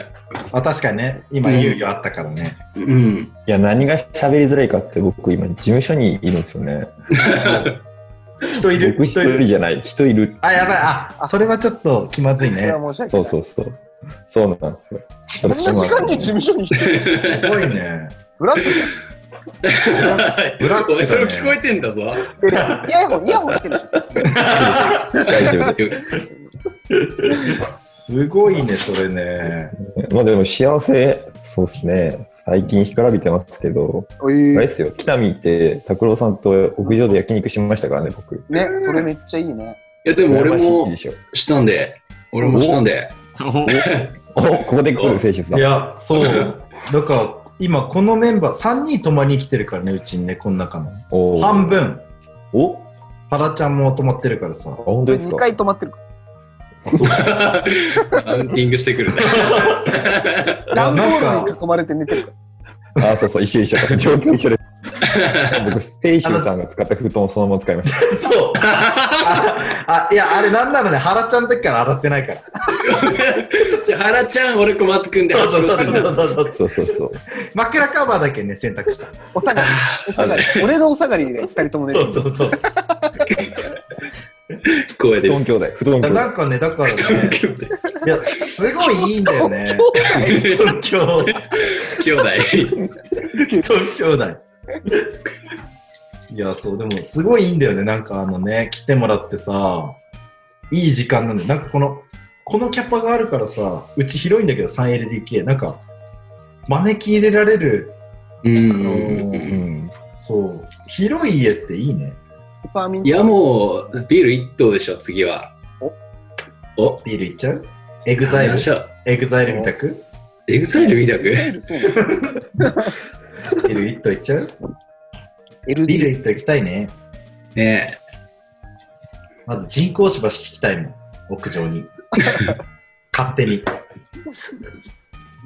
あ確かにね、今猶予あったからね。
うん。
いや、何が喋りづらいかって、僕、今、事務所にいるんですよね。
人いる
僕、一
人い
人
る。
じゃない、人いる。
あ、やばい。あ、それはちょっと気まずい
それ
ね。
は申し
そう
訳
そうそう。そうなんですよ。こ
ない。こんな時間に事務所に来て、
すごいね。
ブラックじ
ブラックだね
おいそれ聞こえてんだぞ。
ゃん。イヤホン、イヤホンしてるでしょ。
大丈夫です
ごいね、それね。
す。まあでも幸せ、そうですね。最近干からびてますけど、
お
あ
い
れですよ、北見行って、拓郎さんと屋上で焼肉しましたからね、僕。
ね、それめっちゃいいね。
いや、でも俺
羨ましい
も
でしょ。
したんで、俺もしたんで。
お
お、ここで来る、選手さ
い
ん。
や、 そう。だから、今このメンバー、3人泊まりに来てるからね、うちにね、この中の。
おー
半分。
おあ、
パラちゃんも泊まってるからさ。
本当です
2
か
回止まってる。
マウンティングしてくるね。
段ボール
なん
に囲まれて寝てるか
あ、そうそう、一緒一緒。状況一緒です。僕、ステイシューさんが使った布団をそのまま使いました。
そう。あ、あいや、あれなんならね、ハラちゃんの時から洗ってないから。
じゃあ、原ちゃん、俺小松くんで発表してる。
そうそう。
そうそうそう。
枕カバーだけね、洗濯した。
ら。お下がり。お下がり。俺のお下がりで2人とも寝てる。
そうそう。
光栄
布
で
団
す。
兄弟、布団兄弟。
なんかね、だから ね、
兄弟。
いや、すごいいいんだ よ ね。東
兄
京、
弟。
東京だいや、そう、でも、すごいいいんだよね。なんかあのね、来てもらってさ、いい時間なんだよ。なんかこの、このキャパがあるからさ、うち広いんだけど 3LDK、なんか、招き入れられる、
うん
あのーそう、広い家っていいね。
ファーミン
い
ト
や、もう、ビール一頭でしょ、次は。おお
ビールいっちゃうエグザイル
ま、しょう。
エグザイルみたく
エグザイルみた
いわ
く
ゆるそうなの
ビール一頭いっちゃうビール
LD
一頭行きたいね。
ね
まず人工芝敷きたいもん、屋 上に。勝手に。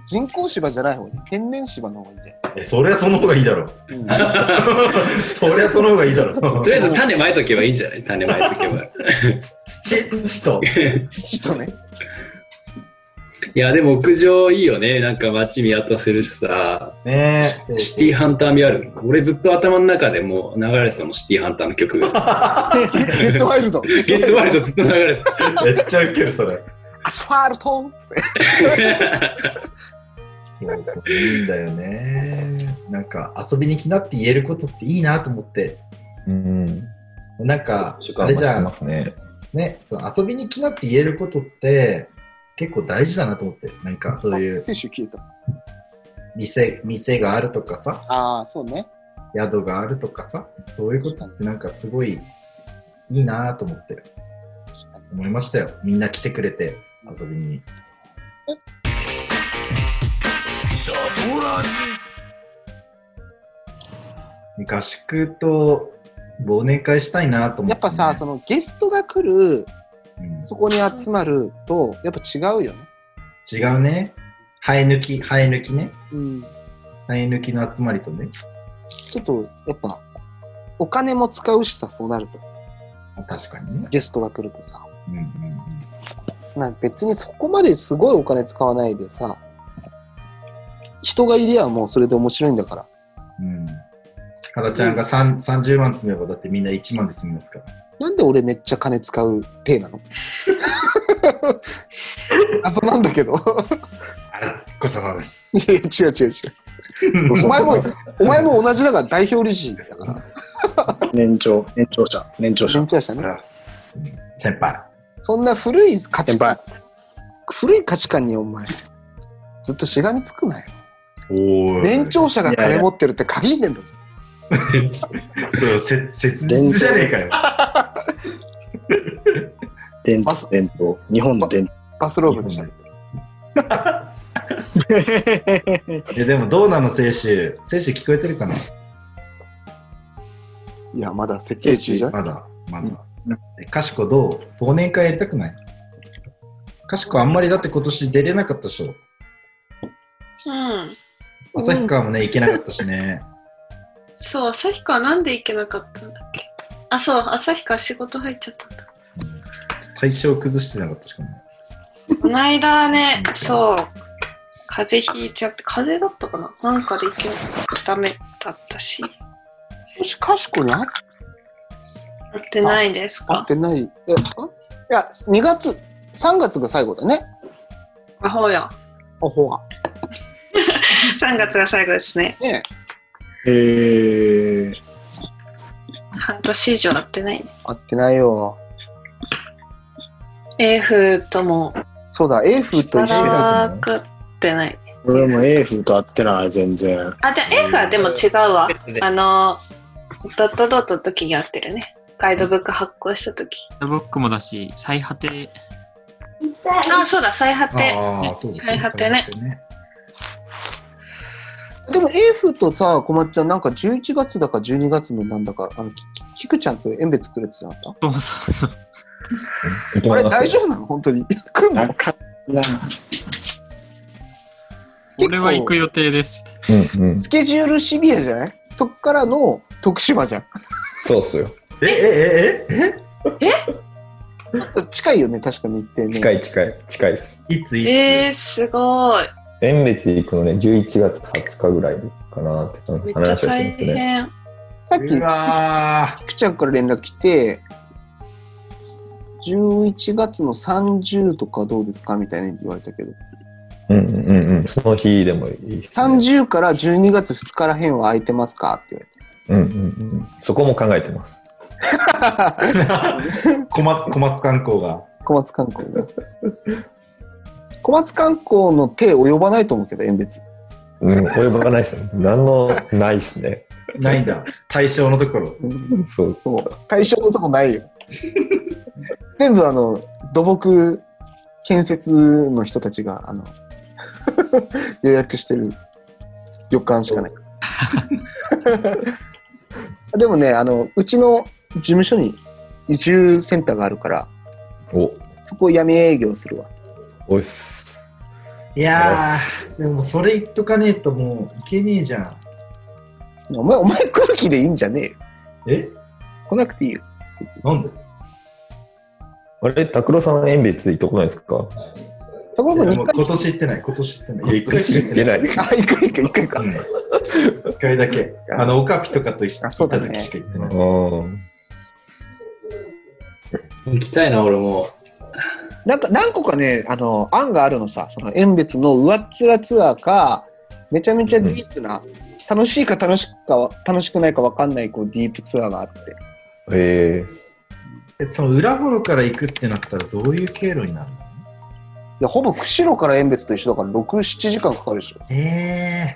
人工芝じゃない方がいい天然芝の方がいいね
え、そりゃその方がいいだろ。 そりゃその方がいいだろ
え。。とりあえず種まいとけばいいんじゃない種まいとけ ば。
土、土と。
ちょっとね
いや、でも屋上いいよね。なんか街見渡せるしさ。
ねえ。
シシティハンター味ある。俺ずっと頭の中でもう流れてたもん、シティハンターの 曲が。
ゲットワイルド
ゲットワイルドずっと流れてた。
めっちゃウケる、それ。
アスファルトつって
そうそう、いいんだよね。なんか、遊びに来なって言えることっていいなと思って。
うん。
なんか、あ
あ
れ
れ
じ
じゃ
ゃ
ま
ん、
すね。
ね、その遊びに来なって言えることって、結構大事だなと思って。なんか、そうい
あ
う
選手消えた
店、店があるとかさ、
ああそうね
宿があるとかさ、そういうことってなんかすごいいいなと思って、
確かに
思いましたよ。みんな来てくれて、遊びに。合宿と忘年会したいなと思って、
やっぱさそのゲストが来る
うん
そこに集まるとやっぱ違うよね
違うね。生え抜き、生え抜きね。
うん
生え抜きの集まりとね。
ちょっとやっぱお金も使うしさそうなると
確かにね。
ゲストが来るとさ
うんうんうん
なんか別にそこまですごいお金使わないでさ人がいりゃもうそれで面白いんだから
うん。ハダちゃんが3 30万積めばだってみんな1万で済みますから。
なんで俺めっちゃ金使う体なの 謎なんだけど
あれ、ごちそうさまです。
いやいや違う違う違うお前もお前も同じだから代表理事だから
年長、年長者、年長者
勉。強したね
先輩。
そんな古い価値観
先
古い価値観にお前ずっとしがみつくなよ
お
年長者が金持ってるって限んねんだぞ
そう、せ切実じゃねえかよ。
伝統、伝統。日本の伝
バスローブでしゃべってる
統。
えでもどうなの、選手。選手聞こえてるかない
やまだ設計中じゃん
まだ、まだ。えかしこどう忘年会やりたくないかしこあんまりだって今年出れなかったでしょ。
うん。
旭川もね、行けなかったしね。
そう、旭川なんで行けなかったんだっけあ、そう、旭川仕事入っちゃったんだ。
体調崩してなかったしかも。
この間ね、そう、風邪ひいちゃって、風邪だったかななんかで行けなダメだったし。
もしかしこに会っ
やってないです
会っ
か
てないえあいや2月3月が最後だね
アホや。
おほは
3月が最後ですね。
ねえ
えー、
半年以上やってないね。
会ってないよ
エーフとも
そうだエーフと一緒だ
働くってない。
俺もエーフと会ってない、全然。
あ、でも F はでも違うわ。あの、ドットドットの時にやってるね。ガイドブック発行した時。
ブックもだし、最果て、
痛い。
あ、そうだ、最果て。
ああ、そうです
最果てね。
でもエーフとさこまっちゃんなんか11月だか12月のなんだかあのきききくちゃんと縁別来るってなかっ
そうそうそう。
たあれ大
大
丈夫なの本当に来んの
なんか、な
構
俺は行く予定です。
夫うんうん。
スケジュールシビアじゃないそっからの徳島じゃん
そうっすよ。
え、え、え、
近いよね確かに行ってね
近い近い。近いっす。
え、いついつ、
えー、すごい。
遠別行くのね、11月20日ぐらいかなって
めっちゃ
話をして
大
るんですね。
変。
さっき
うわ
きくちゃんから連絡来て11月の30とかどうですかみたいに言われたけど
うんうんうん。その日でもいいっすね、
30から12月2日らへんは空いてますかって言われて
うんうんうん。そこも考えてます。
ー小松小松観光が。
小松観光が。小松観光の手及ばないと思うけど、演別。
うん、及ばないっすね。何の、ないっすね。
ないんだ。対象のところ。
そう。
そう。対象のとこないよ。 全部あの、土木建設の人たちが、あの、 予約してる旅館しか ない。でもね、あの、うちの事務所に移住センターがあるから、
お、
そこ闇営業するわ。
おいっす。
いやー、でもそれ言っとかねえともういけねえじゃん。
お前、お前来る気でいいんじゃねえよ。
え
来なくていいよ。
なんで
あれ、拓郎さん、演別行っとこないですか
ところが
いやも
2
う
回。
今年行ってない、今年行ってない。
行くし、行けない。
あ、一回一回一回か。
うん一回だけ。あの、オカピとかと一緒
あ
に
そ
行
う
っ
だ
た
ね
時しか行ってない。
うん。
行きたいな、俺も。
なんか何個かねあの案があるのさその遠別の上っ面ツアーかめちゃめちゃディープな、楽しいか楽しくか楽しくないか分かんないこうディープツアーがあって
ええ
えその裏頃から行くってなったらどういう経路になるの
いやほぼ釧路から遠別と一緒だから67時間かかるでしょ
ええ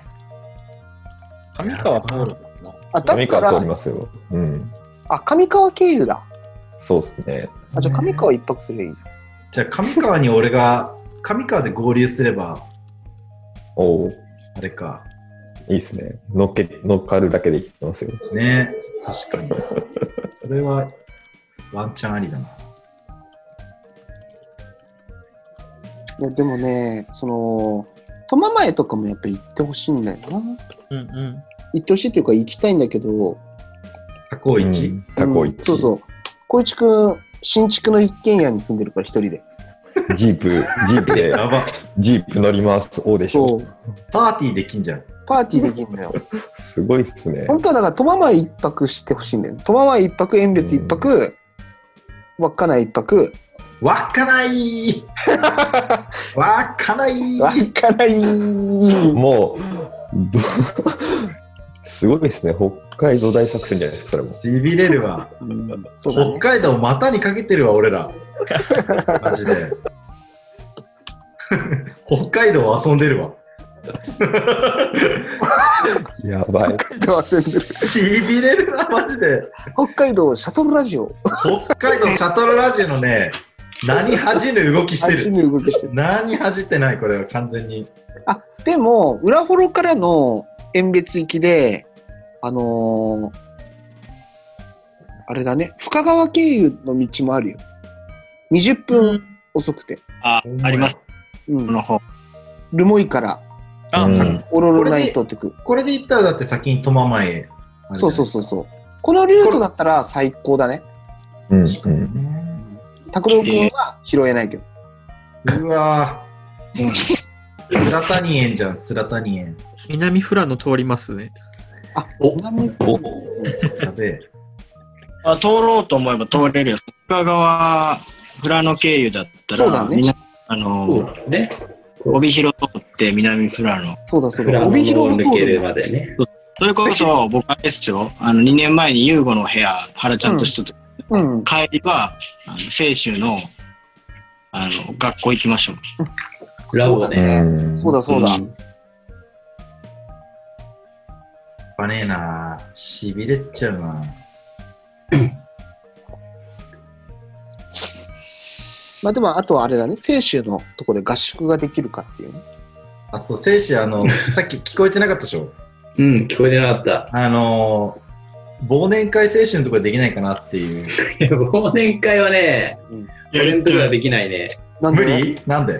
上川通るもんな。
あだ
上
か
川通り
ら
ますよ。うん。
あ上川経由だ
そうっすね。
あじゃあ上川一泊すればいい
じゃあ上川に俺が、上川で合流すれば、
おう
あれか。
いいっすね。乗っけ、乗っかるだけで行ってますよ。
ね確かに。それは、ワンチャンありだな。
いやでもねその苫前とかもやっぱ行ってほしいんだよな
うんうん。
行ってほしいというか行きたいんだけど
タコイチ、
うんタコイ
うん
チ。
そうそう光一くん新築の一軒家に住んでるから一人で
ジープ、ジープで、
やば。
ジープ乗ります。おでし
そ
ょ
う。
パーティーできんじゃん。
パーティーできるのよ。
すごいっすね。
本当はだから、苫前一泊してほしいんだよね。苫前一泊、遠別一泊、稚内一泊、
わか ないわかない
稚内。
もう、どすごいですね。北海道大作戦じゃないですか、それも。
しびれるわ。
そうだ
北
ね。
海道股にかけてるわ、俺ら。マジで。 北海道遊んでるわ。
やばい。
北海道遊んでる
しびれるわ、マジで。
北海道シャトルラジオ、
北海道シャトルラジオのね、何恥じぬ動きして
足
る。
の動き してる。
何恥じってない、これは完全に。
あ、でも、裏幌からの遠別行きで、あのーあれだね、深川経由の道もあるよ。20分遅くて。
あ、あります。
う
こ
ん。
の方。
留萌から、
あ、
うん
オロロライトってく。
これで言ったら、だって先に苫前へ。
そうそうそうそう。このルートだったら最高だね。
うん
確かにね。
拓郎君は拾えないけど。
うわぁ。もう、つらたにえんじゃん、つらたにえん。
南富良野通りますね。
あ、
お
南
やべえ。
あ、通ろうと思えば通れるよ。深川、富良野経由だったら、
そうだね
みんなあの、
ね。
帯広通って南富良野。
そうだそう
フラ
だ。
ノ
帯
を
広の
抜
通
け
り
るまでね。
それこそ、僕あれですよ。あの、2年前に優吾の部屋、原ちゃんとしたと、
うん。
帰りは、あの清州の、あの、学校行きましょう。
ラボね。
うん
そうだそうだ。
やっぱねえなぁ。しびれっちゃうな
まあでも、あとはあれだね。清州のとこで合宿ができるかっていうね。
あ、そう、精子、あ の、さっき聞こえてなかったでしょ
うん、聞こえてなかった。
あのー、忘年会精子のところできないかなっていう。
いや 忘年会はね、俺んとこはできないね。
なん
無
でね
理なんで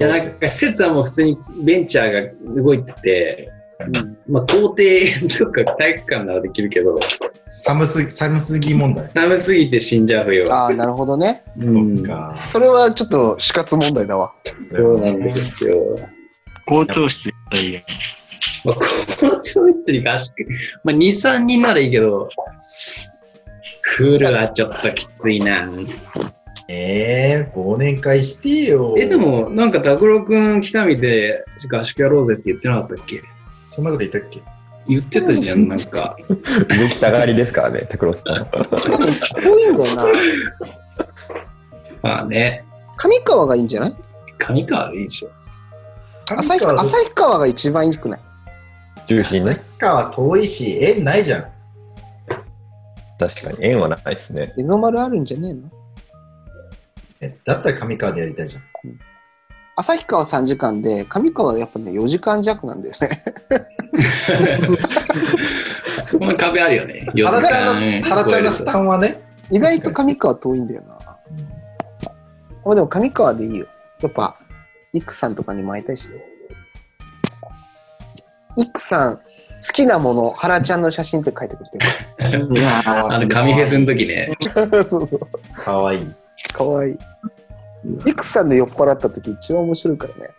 いや、なんか施設はもう普通にベンチャーが動いてて、まあ、校庭とか体育館ならできるけど、
寒すぎ、寒すぎ問題。
寒すぎて死んじゃう冬は。
ああ、なるほどね。
うん、
か。
それはちょっと死活問題だわ。
そうなんですよ。
校長室行ったらいいよ。
まあ、校長室に合宿、まあ、2、3人ならいいけど、フルはちょっときついな。
えー、忘年会してよ。
え、で、も、なんか、拓郎くん来たみで合宿やろうぜって言ってなかったっけ
そんなこと言ったっけ
言ってたじゃん、なんか。
動きたがりですからね、拓郎さん。
多分、遠いんだよな。
まあね、
上川がいいんじゃない
上川でいいでしょ。
旭川旭川が一番いいくない
中心ね。
旭川遠いし、縁ないじゃん。
確かに。縁はないですね。
エゾ丸あるんじゃねえの
だったら上川でやりたいじゃん。
旭川3時間で上川はやっぱね4時間弱なんだよね
そこの壁あるよね。四
原
時
ちゃん
間
の原ちゃんの負担はね。
意外と上川遠いんだよなまあでも上川でいいよやっぱイクさんとかにも会いたいしねイクさん好きなもの原ちゃんの写真って書いてく れて
あの、紙フェスの時ね。
るそうそう
かわいい。
かわいい。イクさんで酔っ払った時一番面白いからね。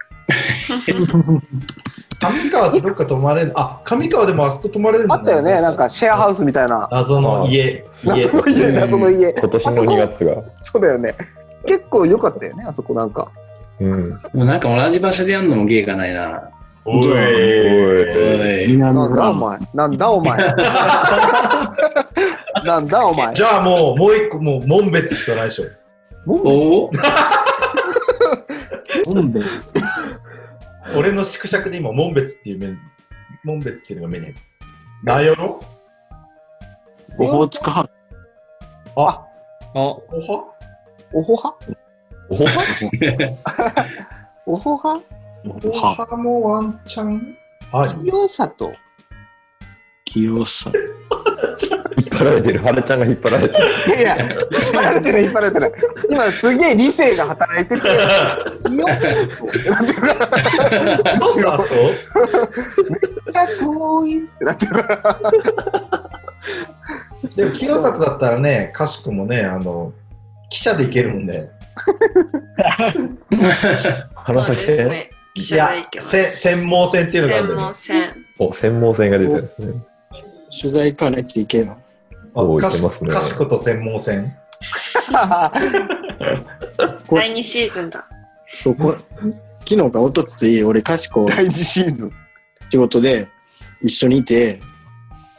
上川ってどっか泊まれるあ、上川でもあそこ泊まれるも
あ
ね
ったよね、なん。かシェアハウスみたいな。
謎の家。家。
謎の家、
うん
謎の家。
今年の2月が。
そうだよね。結構良かったよね、あそこなんか。
うん。
もうなんか同じ場所でやるのも芸がないな。
お
お
い。
い。
なんだお前。なんだ お前。なんだお前
じ。ゃあもう、もう一個、もう、門別しかないでしょ。
おお
本で。
俺の縮尺で今、門別っていう面、門別っていうのが目に入る。名寄の
オホーツクハウス。
あ、
あ、
おは
おほは
おほ
おほは
おはもワンチャンあり。
清里。
清さ。
引っ張られてる。原ちゃんが引っ張られてる。
いやいや、引っ張られてない、引っ張られてない。今すげえ理性が働いてて、清里。なんていうか、
そうだと
めっちゃ遠いってなってる。
でも、清里だったらね、かしくもね、あの、汽車で行けるもんね。
花
そう
咲
です
線。
ね。
い
記者
や
が行け、ます
せ専門線っていうのがあるん
専
です
門。線。
お、専門線が出てるんですね。
取材兼ねていけるの。
おー
か
行けます
し
ね
かしこと専門線。
第2シーズンだ。
そうこ昨日か一昨日俺、かしこ
第二シーズン。
仕事で一緒にいて、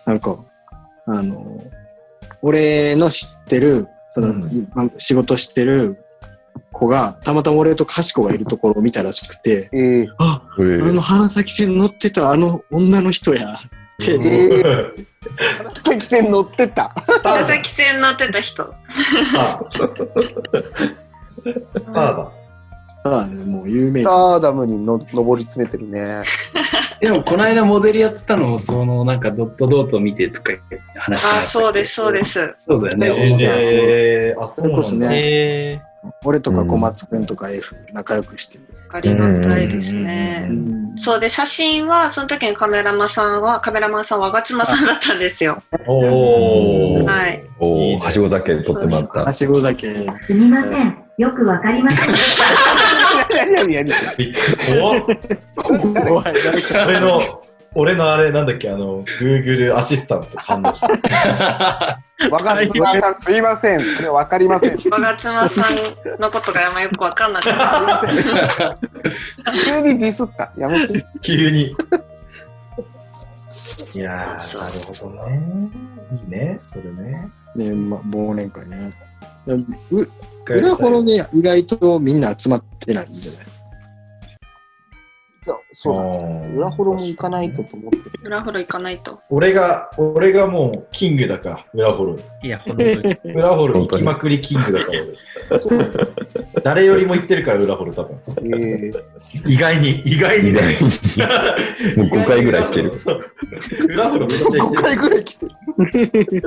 なんか、あの、俺の知ってる、その、
うん
ま仕事してる子が、たまたま俺とかしこがいるところを見たらしくて、
ええ
あ、
え
あの花咲線乗ってたあの女の人や。って、
え敵船乗ってった。
スターだ
佐 々木線乗ってた人。
スター。スターだ。
あもう有名
スタ
人。
ーダムにの上り詰めてるね。
でもこの間モデルやってたのも、そのなんかドットドート見てとか話してました。
あ、そうです、そうですす。
そうだよね、
え
小野田さん
えー、あ、そうなんだ。
ね
えー、
俺とか小松くんとか F 仲良くしてる。
ありがたいです
う
ね
んうん。
そうで、写真は、その時のカメラマンさんは、カメラマンさんは我妻さんだったんですよ。
おー。
はい。
おお、はしご酒取ってもらっ
は
た。
しご酒、
すみません。よくわかりません。
何何何
怖っ
怖い、誰か。
俺の、俺のあれ、なんだっけ、あの、Google アシスタント反応した。
わかりません。すいません。それわかりません。すい
我妻さんのことがあんまよくわかんなかった。
ません。急にディスった。やめて。
急に。いや
そう
ー、なるほどね。いいね、それね。
ね、ま、忘年会ね。う裏ほどね、意外とみんな集まってないんじゃない
そうそうだ。
う
裏幌も行かないと。と思ってる。
裏風呂行かないと。
俺が、俺がもう、キングだから、裏ホロ。
いや、本当に。
裏ホロ行きまくりキングだから、俺。誰よりも行ってるから、裏ホロ多分。
ええ
意外に、意外に
意
ね。
外に。もう5回ぐらい来て る。
そう。裏ホロめっちゃ行
5
ってる。
回ぐらい来てる。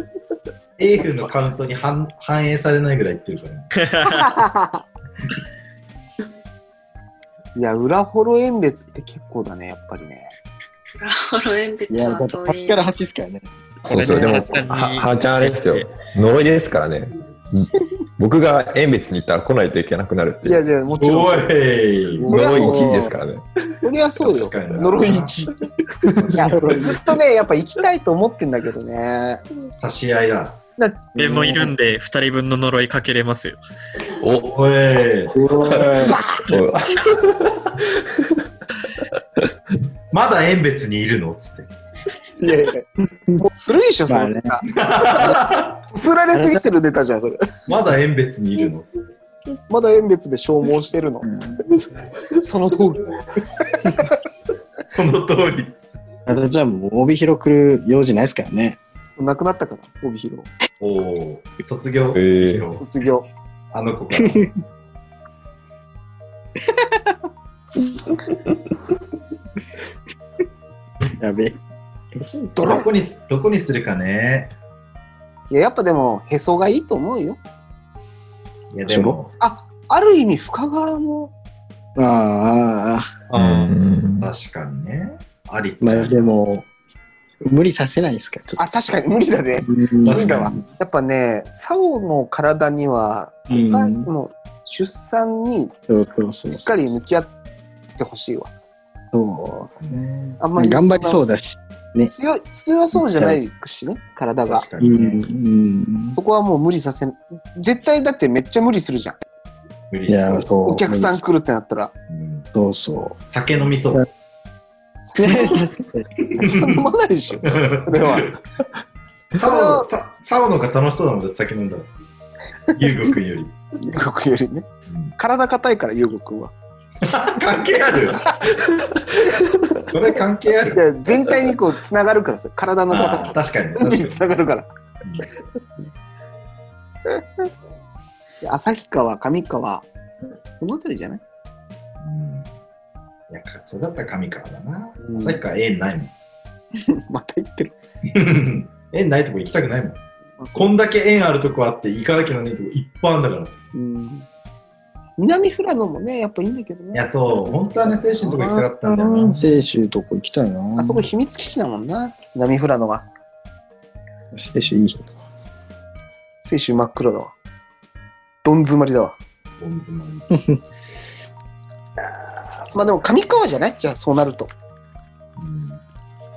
英フのカウントに反反映されないぐらい行ってるから、ね。
いや、裏幌演別って結構だね、やっぱりね。
裏風呂鉛
い
筆
や、だ
は
って
遠
端
い
か。ら端ですからね。
そうそう、でも、は、はーちゃんあれですよ。呪いですからね。僕が縁別に行ったら来ないといけなくなるって
い
い
や、
う。
じゃあもちろん。
おい
呪い1位ですからね。
そりゃそうよ
確か。にな
呪い1。い や、ずっとね、やっぱ行きたいと思ってんだけどね。
差し合いだ。
でもいるんで、二人分の呪いかけれますよ。
お、
おい
お
まだ縁別にいるのつって。
いやいや、もう古いでしょ、そ
まあ
の
ね
ネタ。すられすぎてるネタじゃん、それ。
まだ縁別にいるのつって。
まだ遠別で消耗してるの。その通り。
その通り。
あれじゃあもう帯広来る用事ないですからね。
なくなったから、帯広。
おお、卒業、
えー
卒業。
あの子から。
やべえ。
どこにす、どこにするかね。
いや、やっぱでも、へそがいいと思うよ。
いや、でも、
ある意味、深川も。
ああああ、
うん
確かにね。あり。
まあでも、無理させないですか、ちょっ
あ、確かに無理だね。
と。
無理だわ。やっぱね、サオの体には、
うん。
もう出産に
そうそうそう。
しっかり向き合ってほしいわ。
そう。
あんまり
頑張りそううだし。ね
強い強そうじゃないしね、体が
確。か
う
にね、
ん。うん
そこはもう無理させん。絶対だってめっちゃ無理するじゃん。
無理
い
し
や、
そう。
そう。
お客さん来るってなったら。
うん
そうそ
酒飲みそう。
う。
飲まないでしょ。そ れは。
サオ、ササオの方が楽しそうなので酒飲んだら。ゆうごくんより。
ゆうごくんよりね。体硬いから、ゆうごくんは。
関係あるそれ関係あ
い
る
や全体にこう、つながるからさ、体の
あ
硬
ー確 かに
さ
確
につながるから
うん。
で旭川、上川、この辺りじゃない
かに、うん、いやかそれだったら神川だな
うん
旭川縁ないも
また行ってる。
ん 縁ないとこ行きたくないもんこんだけ縁あるとこあって行かなきゃならないとこいっぱいあるんだからい
うん南富良野もね、やっぱいいんだけどね。
やそう本当はね精神のとこ行きたかったんだよな、
青州とこ行きたいな。
あそこ秘密基地だもんな、南富良野は。
青州いい。
青州真っ黒だわ。どん詰まりだわ。
ボンズマン
まあでも上川じゃないじゃあそうなると。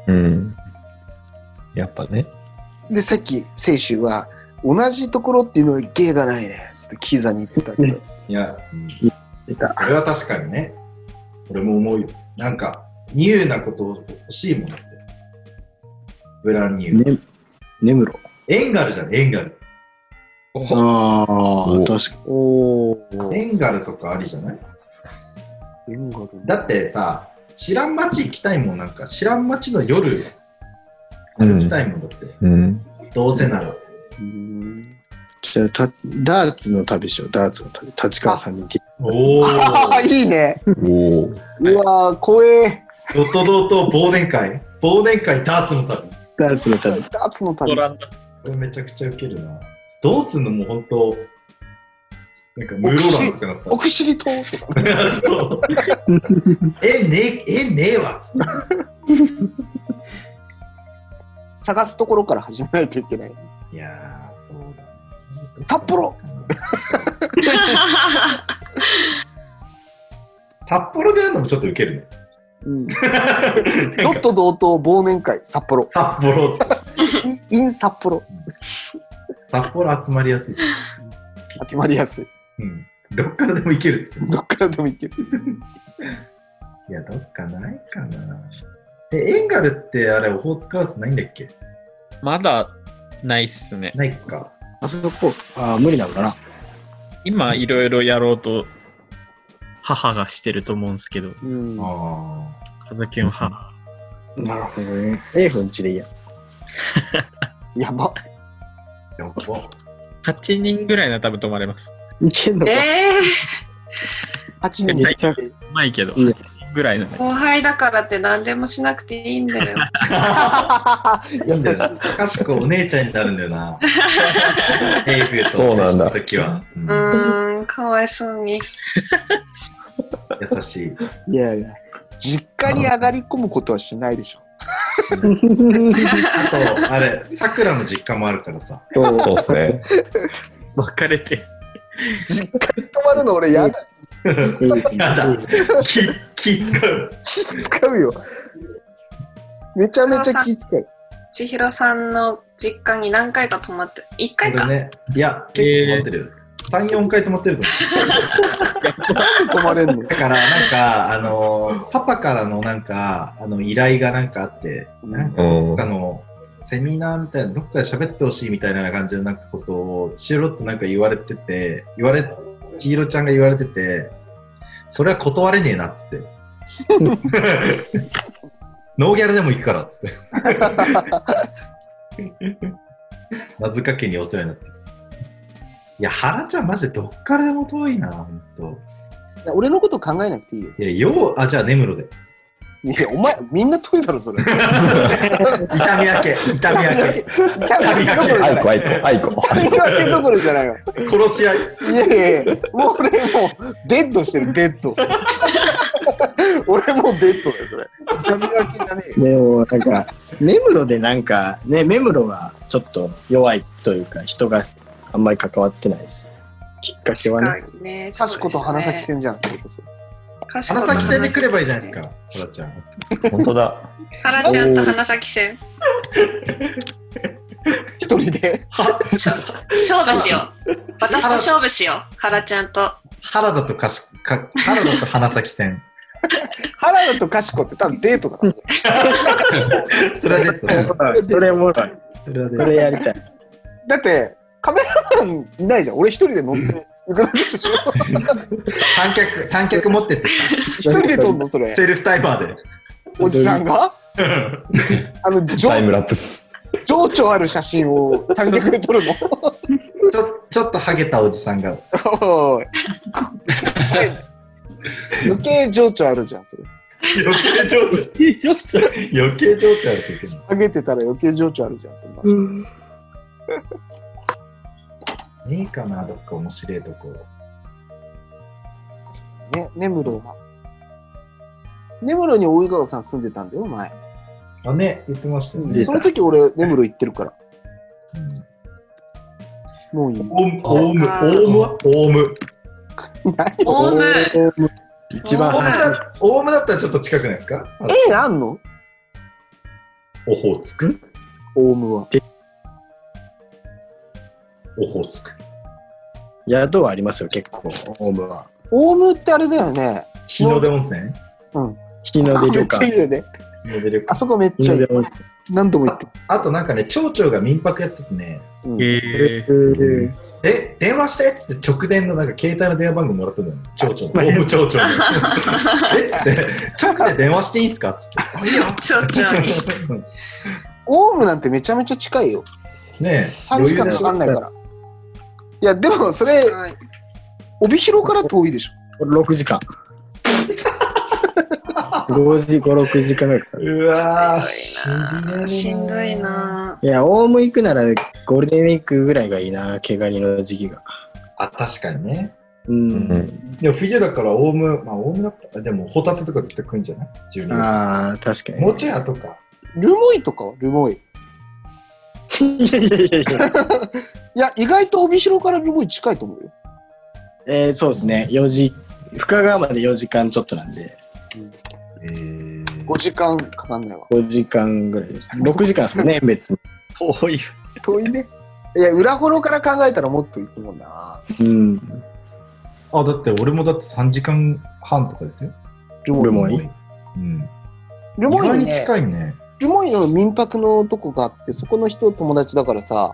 うん
うん。やっぱね。
で、さっき青州は、同じところっていうのは芸がないね。つってキザに言ってたけど。
いや、うん
着いた。
それは確かにね俺も思うよなんかニューなこと欲しいもんだってブランニュー、
ね、根室。
エンガルじゃんエンガル
ああ、
お
確か
おお。
エンガルとかありじゃないだってさ、知らん街行きたいもん、なんか知らん街の夜
う
行き
ん。
たいもんだって、
うん。
どうせなら。
うん
じゃあたダーツの旅しよう、ダーツの旅。立川さんに行き
おお、
ああ、 いいね。
おお。
うわー、怖え。
ドットドと忘年会、忘年会ダーツの旅。
ダーツの旅。
ダーツの旅。
これめちゃくちゃウケるな。どうすんのもうほんと、なんかムーローランとかな った
奥尻島とか。
そうえ、ねえ、え、ねえわっつって
探すところから始めないといけない。
いやー、そうだ、ね。
札幌
札幌でやるのもちょっとウケるね。
うん、 ド
なん
ッ
か
ト同等忘年会札幌
札幌って、
イイン札幌
札幌集まりやすい。
集まりやすい
うん。どっからでも行けるっつって。
どっからでも行ける
いや、どっかないかな。え、エンガルってあれ、オホーツクハウスないんだっけ
まだないっすね。
ないか。
あそこ、ああ、無理なのかな。
今いろいろやろうと母がしてると思うんですけど、
うん
あ
カズキュン母。
なるほどね。A 分ちでいいや。
やば
あ、やば。
8人ぐらいなら多分泊まれます。
いけんの
え
か。
え
8人
めっちゃ
うまいけど、
うん
8人ぐらいの
ー、後輩だからって何でもしなくていいんだよ。
優しい
かしこお姉ちゃんになるんだよ な。エイフと
そうなんだ
接した時は、う
うんーん、かわいそうに。
優しい。
いやいや実家に上がり込むことはしないでしょ
あと、あれ、さくらの実家もあるからさ。
そうですね。
別れて。
実家に泊まるの俺やだ
A 分
やだ。気、気使う。
気使うよめちゃめちゃ気使う
千尋さんの実家に何回か泊まって、1回
これ
か。
ね。いや、結構止まってるよ。3、4回止まってると思う。
なんで泊まれんの
だから、なんか、あの、パパからのなんか、あの、依頼がなんかあって、なんか、
う
どっ
ん
か。のセミナーみたいな、どっかで喋ってほしいみたいな感じのなんかことをしろってなんか言われてて、言われ千尋ちゃんが言われてて、それは断れねえなっつって。ノーギャルでも行くからっつって。 謎かけにお世話になって。いや、原ちゃんマジでどっからでも遠いな、ほんと。
俺のこと考えなくていいよ。
いや、よう、あ、じゃあ根室で。
いや、お前、みんな遠いだろ、それ。
痛み分け、痛み分け。
痛み分けどころじゃ
アイ
ない。
コ、アイコ、アイコ。
痛み分けどころじゃないよ。
殺し合い。
いやいやいや、もう俺もう、デッドしてる、デッド。 俺もうデッドだよ、それ。痛み分けじゃねえよ。
でも、なんか、目黒でなんか、ね、目黒はちょっと弱いというか、人があんまり関わってないです。きっかけはね。
確かにね。
かしこと花咲
先
線じゃん、それこそ。
生
花咲線に来ればいいじゃないですか、原ちゃん。
本当だ。
原ちゃんと花咲線。
一人で。
勝負しよう。私と勝負しよう。原ちゃんと。
原田とかし、か原田と花咲線。
原田とかしこって多分デートだから。
それはね、それは
それおもろい。
それは
そ
ね
れやりたい。
だって、カメラマンいないじゃん。俺一人で乗って行くだけでしょ。
三脚、三脚持ってって、
一人で撮んの、そ れ。
セルフタイマーで。
おじさんがあの、情
タイムラプス。
情緒ある写真を三脚で撮るの。
ちょ、ちょっとハゲたおじさんが。
おい 余計情緒あるじゃん、それ。
余計情緒。余計情緒あるって言ってんの
上げてたら余計情緒あるじゃん、そんな。
ねえかな、どっか面白いところ。
ね、根室が。根室に大井川さん住んでたんだよ、前。
あ、ね、言ってましたよね。
その時俺、根室行ってるから。もういい。
オウム、オウム、オウムはオウム。
オウム。
一番
オウム
話
だオウムだったらちょっと近くないですかあの
え、あんの
オホーツク。
オウムは。
オホーツク。
宿はありますよ、結構、オウムは。
オウムってあれだよね。
日の出温泉
日の出旅
めっちゃいい
館。
よね。
日の出旅
あ
館。
そこめっ
日
ちゃ
の
い
出
い。
温泉。
何度も行って
あとなんかね、町長が民泊やっててね、
うん
えー、
うー
え、電話してっつって直伝のなんか携帯の電話番号もらったのよ。町長の。
まあ
ホーム町長の。 えっつって、直で電話していいんすかっつって。あい いよ
町長に。
オウムなんてめちゃめちゃ近いよ。
ねえ、
3時間
で
か
し
か
ょ
んないから。いや、でもそれ、帯広から遠いでしょ。
6時間。5時、5、6時間ぐらいかかる。
うわ
ーしんどいない
や、オウム行くならゴールデンウィークぐらいがいいな、毛刈りの時期が。
あ、確かにね。
う。
うんん。
でも冬だからオウム、まあオウムだったら、でもホタテとか絶対食うんじゃない ?12 月。
ああ、確かに。
もうちょい後か。
ルモイとかはルモイ。
いやいやいやいや。
いや、意外と帯広からルモイ近いと思うよ。
えー、そうですね。4時、深川まで4時間ちょっとなんで、
えー、
5時間かかんないわ。
5時間ぐらいです。6時間ですもんね、別に。
遠い。
遠いね。いや、裏幌から考えたらもっと行くもんな。
うん。
あ、だって俺もだって3時間半とかですよ。
ル
俺も
モイ。
いい。
うん。
ル
意
モイの
外に
ね、
近いね。
ルモイの民泊のとこがあって、そこの人友達だからさ、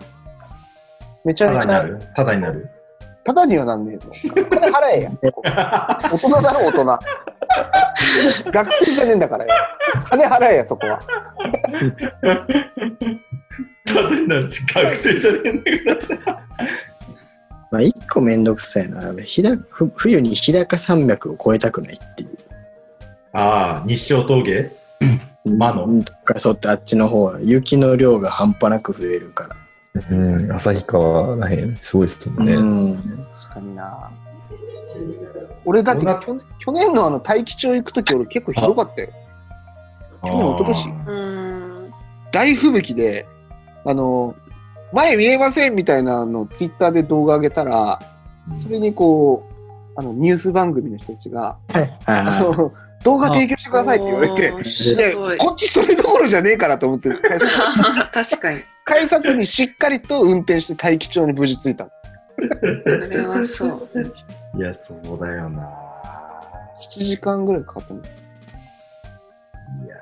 めちゃ
ただ
めち
にな
ゃ、
るただになる。
ただにはなんねえぞ。金払 えや、そこ。大人だろ、大人。学生じゃねえんだからよ。金払えや、そこは。
ただになる学生じゃねえんだけど。
まあ、一個めんどくさいな。日高ふ冬に日高山脈を越えたくないっていう。
ああ、日照峠魔の
うんとか、そうってあっちの方は雪の量が半端なく増えるか
うん。旭川らへん、すごいっすも
ら。
んね。
うん。
確かにな。俺だって
どうな
去年去年のあの大吉町行くとき俺結構ひどかったよ。去年一昨年
うーん。
大吹雪で、あの、前見えませんみたいなのをツイッターで動画上げたら、それにこう、あの、ニュース番組の人たちが、 あ
あ
の、動画提供してくださいって言われて
お、ー
す
す
で
ごい。
こっちそれどころじゃねえからと思って、
確かに。
改札にしっかりと運転して大吉町に無事着いたの。
それはそう。
いや、そうだよな。
7時間ぐらいかかったの。
いや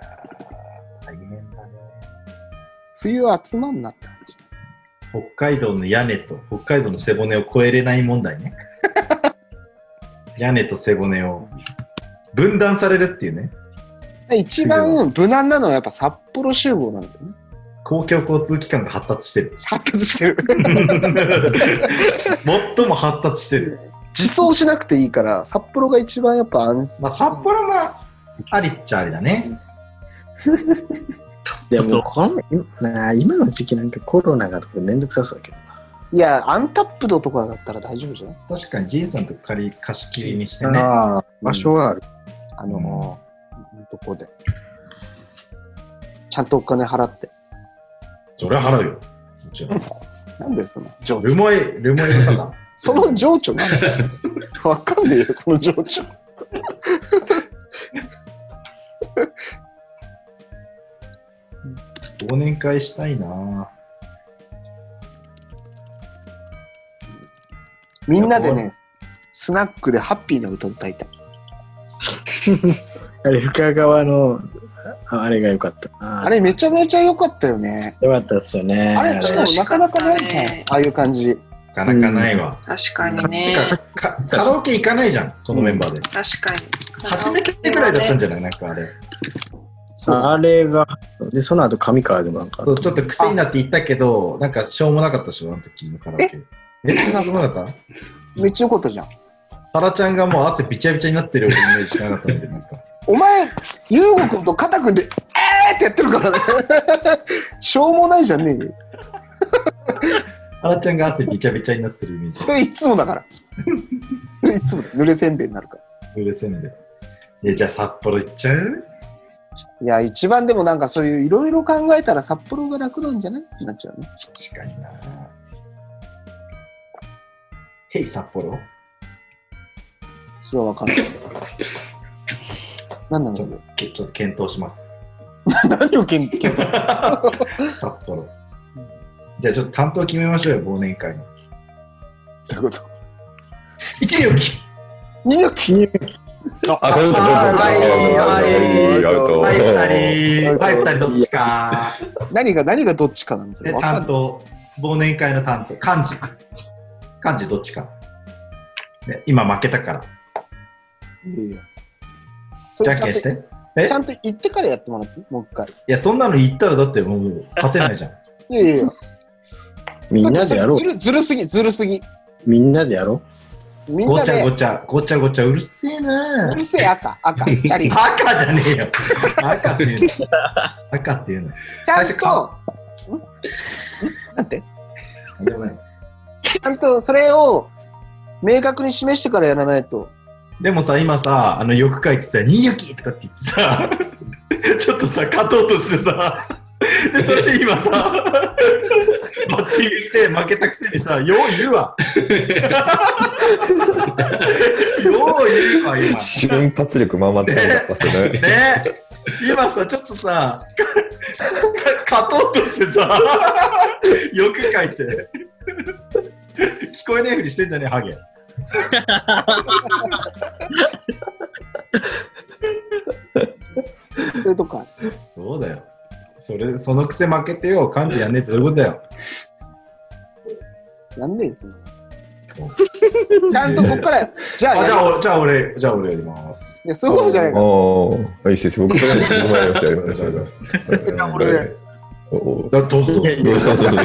ー、大変だね。
冬は集まんなって話だ。
北海道の屋根と北海道の背骨を越えれない問題ね。屋根と背骨を分断されるっていうね
一番無難なのはやっぱ札幌集合なんだよね。
公共交通機関が発達して る
発達してる。
最も発達してる
自走しなくていいから、札幌が一番やっぱ安心。
まあ札幌はありっちゃありだね
で
そう
もこんなあ今の時期なんかコロナがとかめんどくさそうだけど。
いや、アンタップドとかだったら大丈夫じゃん。
確かにじいさんと借り貸し切りにしてね
ああ、場所はある。
あのー、どこで。ちゃんとお金払って。
それ払うよもちろん
なんでその情緒
ル。モイルモイの 方
その情緒なのわかんねえよ、その情緒。
忘年会したいな
みんなでね、スナックでハッピーな歌歌いたい。
あれ、深川の、ああれが良かったな。
あれめちゃめちゃ良かったよね。
良かったっすよね。
あれ、しかもなかなかないじゃん
楽しかったね。
ああいう感じ。
なかなかないわ、
確かにね。
かカラオケ行かないじゃんこのメンバーで、
確かに。
初めてぐらいだったん
じ
じゃないなんかあれ
そうだ
あれが、で、その後、上川でもなんかあ
そう
った
ちょっと癖になって言ったけど、なんかしょうもなかったでしょ、あの時のカラオケ。え、そんなことなかっ
めっちゃ良かったじゃん。
たタラちゃんがもう汗びちゃびちゃになってるイメージしかなかったんで、なんか。
お前、ゆうごくんと肩組んで、えーってやってるからね。しょうもないじゃねえよ。
タラちゃんが汗びちゃびちゃになってるイメージ。
それいつもだから。それいつもだ。濡れせんべいになるから。
うるせえんで。え、じゃあ札幌行っちゃう
いや、一番でもなんかそういういろいろ考えたら札幌が楽なんじゃないってなっちゃうね。
確かになへい、札幌
それはわかんない。何なんだろう。
けちょっと検討します。
何を研究
札幌。じゃあちょっと担当決めましょうよ、忘年会の。
ということ。
一両き
二の木
あ、どういうこと
はい、二人。はい、
アウト
二人、どっちか。
何が何がどっちかなんです
で
よ。わかんな
担
い
当忘年会の担当幹事幹事どっちかで今負けたから
いやいやそ
じゃ
れ
ん
ちゃ
け
ん
んし
と
てえい
ちゃんと行ってからやってもらっていいもう一回。
やそんなの言ったらだってもう勝てないじゃん
いやいやいや。
みんなでやろう
ず。るずるすぎ、ずるすぎ。
みんなでやろ
みん
ご
な
ちゃご
で。
ちゃごちゃごちゃうるせえな
うるせえ赤、 赤、チャリ。ち
バカじゃねえよバカって言うのバカって言うの
ゃ
最
ん
初
と
か、
んんなんて
なんでもない
ちゃんとそれを明確に示してからやらないと。
でもさ今さあの欲書いてさ「新雪!」とかって言ってさ ちょっとさ勝とうとしてさ でそれで今さ バッティングして負けたくせにさ「よう言うわ」 よう言うわ今
瞬発力まんまってなかったっすよ ね。
ね今さちょっとさ かか勝とうとしてさ 欲書いて聞こえないふりしてんじゃねえハゲ
それとか。
そうだよそれそのくせ負けてよ漢字やんねえってどういうことだよ
やんねえよ、そんなの。ちゃんとこっから、じゃあ
あ、
や
じ
る
ゃあ、おじゃあ俺、じゃあ俺やります。
いやそういうことじゃないから。
おー、いいです僕もやりました、やりました。 お
だどうぞ。
どうしたど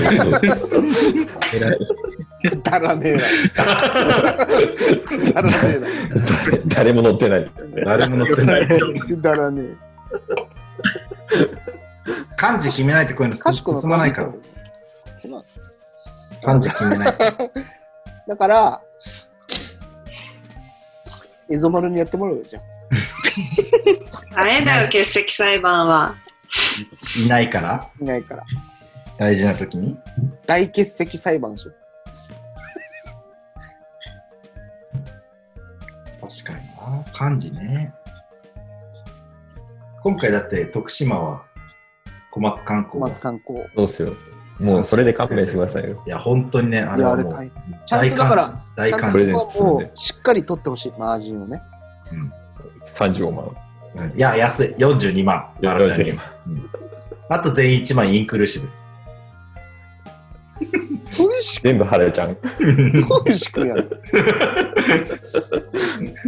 うした
くだらねえな。くだらねえな。
誰も乗ってない。
誰も乗ってない。
くだらねえ。
漢字決めないとこういうの
か
す
しこの
進まないから。漢字決めないと。
だから、エゾマルにやってもらうよ、じゃあ。
ゃん。あれだよ、欠席裁判は。
いないから、
いないから。
大事な時に。
大欠席裁判所。
確かにな。漢字ね。今回だって徳島は小松観
小
光が。
松観光。い
そうっすよ。もうそれで勘弁してくださいよ。
いや、本当にね、あれ
や、あ
は
れ
も
大
う
変。ちゃんとだから、
大
ちゃん
漢
プ
字
レ
と
ゼント
そ
する
こ
ん
は
で
もうしっかり取ってほしい、マージンをね。
35万。
うんいや、安い。42万。笑っちゃう
42万
うんあと全員1万インクルーシブ。
ふうし
全部ハレちゃ ん。
く、ふうしくやる。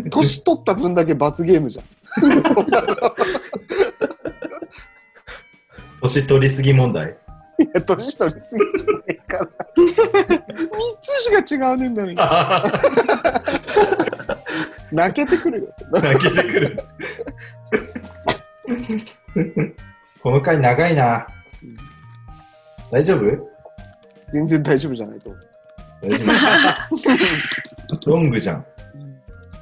年取った分だけ罰ゲームじゃん。
年取りすぎ問 題。
いや、年取りすぎじゃねえから。三つしか違うねんだね。泣けてくるよ。
泣けてくる。この回長いな。大丈夫
全然大丈夫じゃないと思う。
大丈夫。ロングじゃん。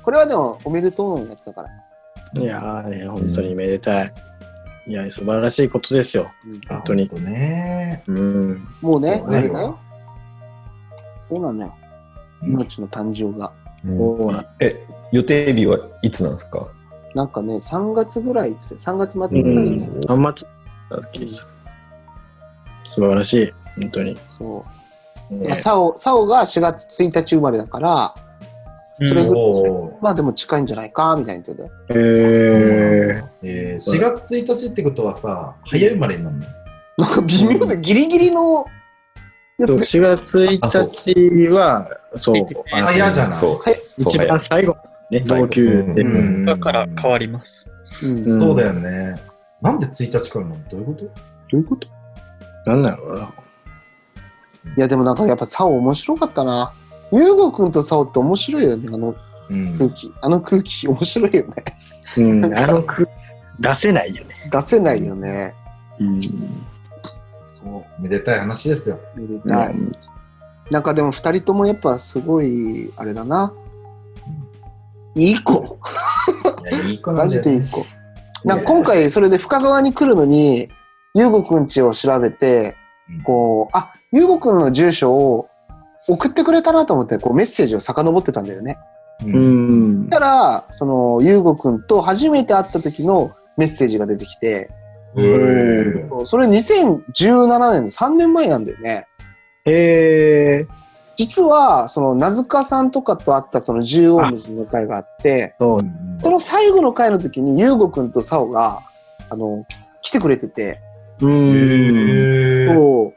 これはでも、おめでとうのやつだから。
いやーね、本当にめでたい。いや、素晴らしいことですよ。
うん
本当に
あ。ね。
うん。
もうね、
そうね
あれだよ。そうなのよ。命の誕生が。
うん
そうなん
え、予定日はいつなんですか
なんかね、3月ぐらいですよ。3月末ぐらいですよ。
あんまつだっけです素晴らしい。本当に。
そう。
ね
まあ、サオ、サオが4月1日生まれだから、それぐらい、
おー
まあでも近いんじゃないか、みたいな言ってて。
えー、
えー、4月1日ってことはさ、早生まれになるの
なんか 微妙でギリギリのやつ、ね、
4月1日は、そう、あの
早じゃない。
そう
はい。
そう
一番最後、ね、
最後
同級で、
うん
だから変わります。
うん。ど
ん
そうだよね。なんで1日からなのどういうこと
ういうことい
なんだろうな。
やでもなんかやっぱサオ面白かったな。ユーゴくんとサオって面白いよね、あの
うん
空気。あの空気面白いよね。
うん、あの句、出せないよね。
出せないよね。
うん。
そう。めでたい話ですよ。
めでたい。なんかでも二人ともやっぱすごい、あれだな。いい子。
いや、いい子な
マ
んだ
ジ
よ、
でい
ね。
い子。なんか今回それで深川に来るのに、ゆうごくんちを調べて
うん、
こう、あ、ゆうごくんの住所を送ってくれたなと思って、こうメッセージを遡ってたんだよね。
うん
うん
そし。たら、その、ゆうごくんと初めて会った時のメッセージが出てきて、
うん
それ2017年の3年前なんだよね。
へえー、
実は、その、名塚さんとかと会ったその縦横無尽の会があって、
そう。
その最後の会の時に、ゆうごくんとさおが、あの、来てくれてて、
うん。
へー
そう。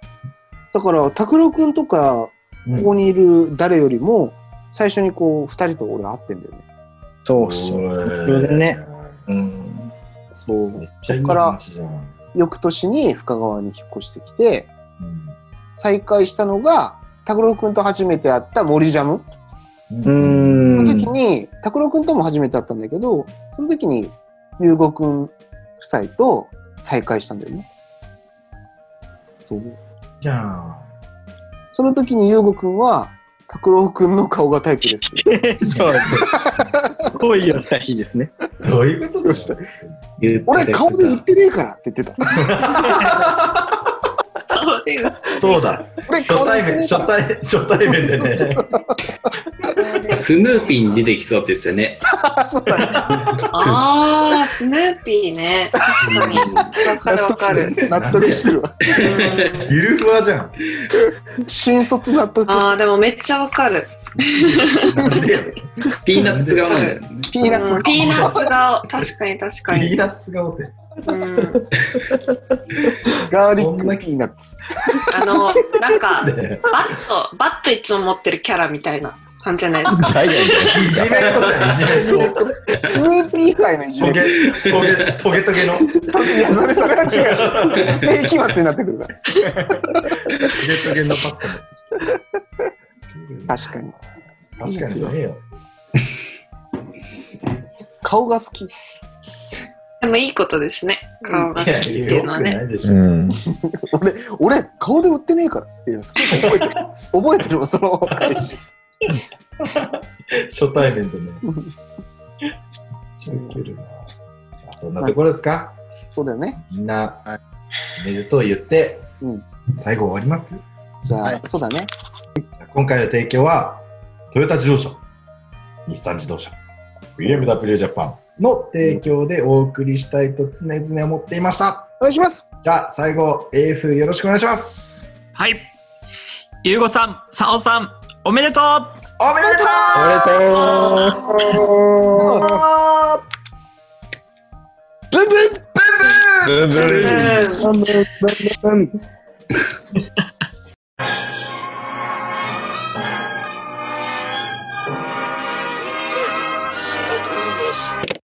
だから、拓郎くんとか、ここにいる誰よりも、最初にこう、二人と俺会ってんだよね。
そうそう。それでね。うん。
そう
めっ。ちゃいい話じゃん。
翌年に深川に引っ越してきて、
うん
再会したのが拓郎くんと初めて会った森ジャム
う
の
ん。
時に拓郎くんとも初めて会ったんだけどその時に優吾くん夫妻と再会したんだよねそう
じゃあ。
その時に優吾くんは拓郎くんの顔がタイプです
そう。 恋をした日ですね。
どういうことでした
言って
俺顔で言ってねえからって言って た
そうだ。
俺
初
顔で
対
言ってねえ
面、初
から
対初対面でね。
スヌーピーに出てきそうですよね。
ああ、スヌーピーね。確かに。わかるわかる。
納得してるわ
うん
ゆるふわじゃん。
新卒納得
ああ、でもめっちゃわかる。
なんでよ。
ピーナッツ顔なんだよね。
ピーナッ
う
ツ
んピーナッツ顔。確かに確か
ピー
に。
ナッツ顔って。
うん、
ガーリックピーナッツ
あの、なんか、バ
ね
ット、バットいつも持ってるキャラみたいな感じじゃないですか。
ジャイアン
いじめっ子じゃん、いじ
いじ
め
め
っ
っ子
子。
スヌーピー界のいじめ
ト
っ子
ゲ、トゲ、トゲトゲの。ト
いやそれそれは違う世紀末になってくるから
ゲトゲのパッド。
確かに
確かにねえよ。
顔が好き
でもいいことですね。顔が好きっていうのはね。
いでし
う
ょ。
ん。うん
俺俺顔で売ってねえからっていうの覚えてる覚えてるわその返し
初対面 でね。ちゃウケるな。そんなところですか
そうだよね
みんな、めでとう言って
うん、
最後終わります
じゃあ、
はい
そうだね
今回の提供は、トヨタ自動車、日産自動車、BMW ジャパンの提供でお送りしたいと常々思っていました。
お願いします
じゃあ、最後、AF よろしくお願いします。
はい。ゆうごさん、さおさん、おめでとう
おめでとうおめでとう
ブンブン
うん
ブンブン
ブンブンブンブン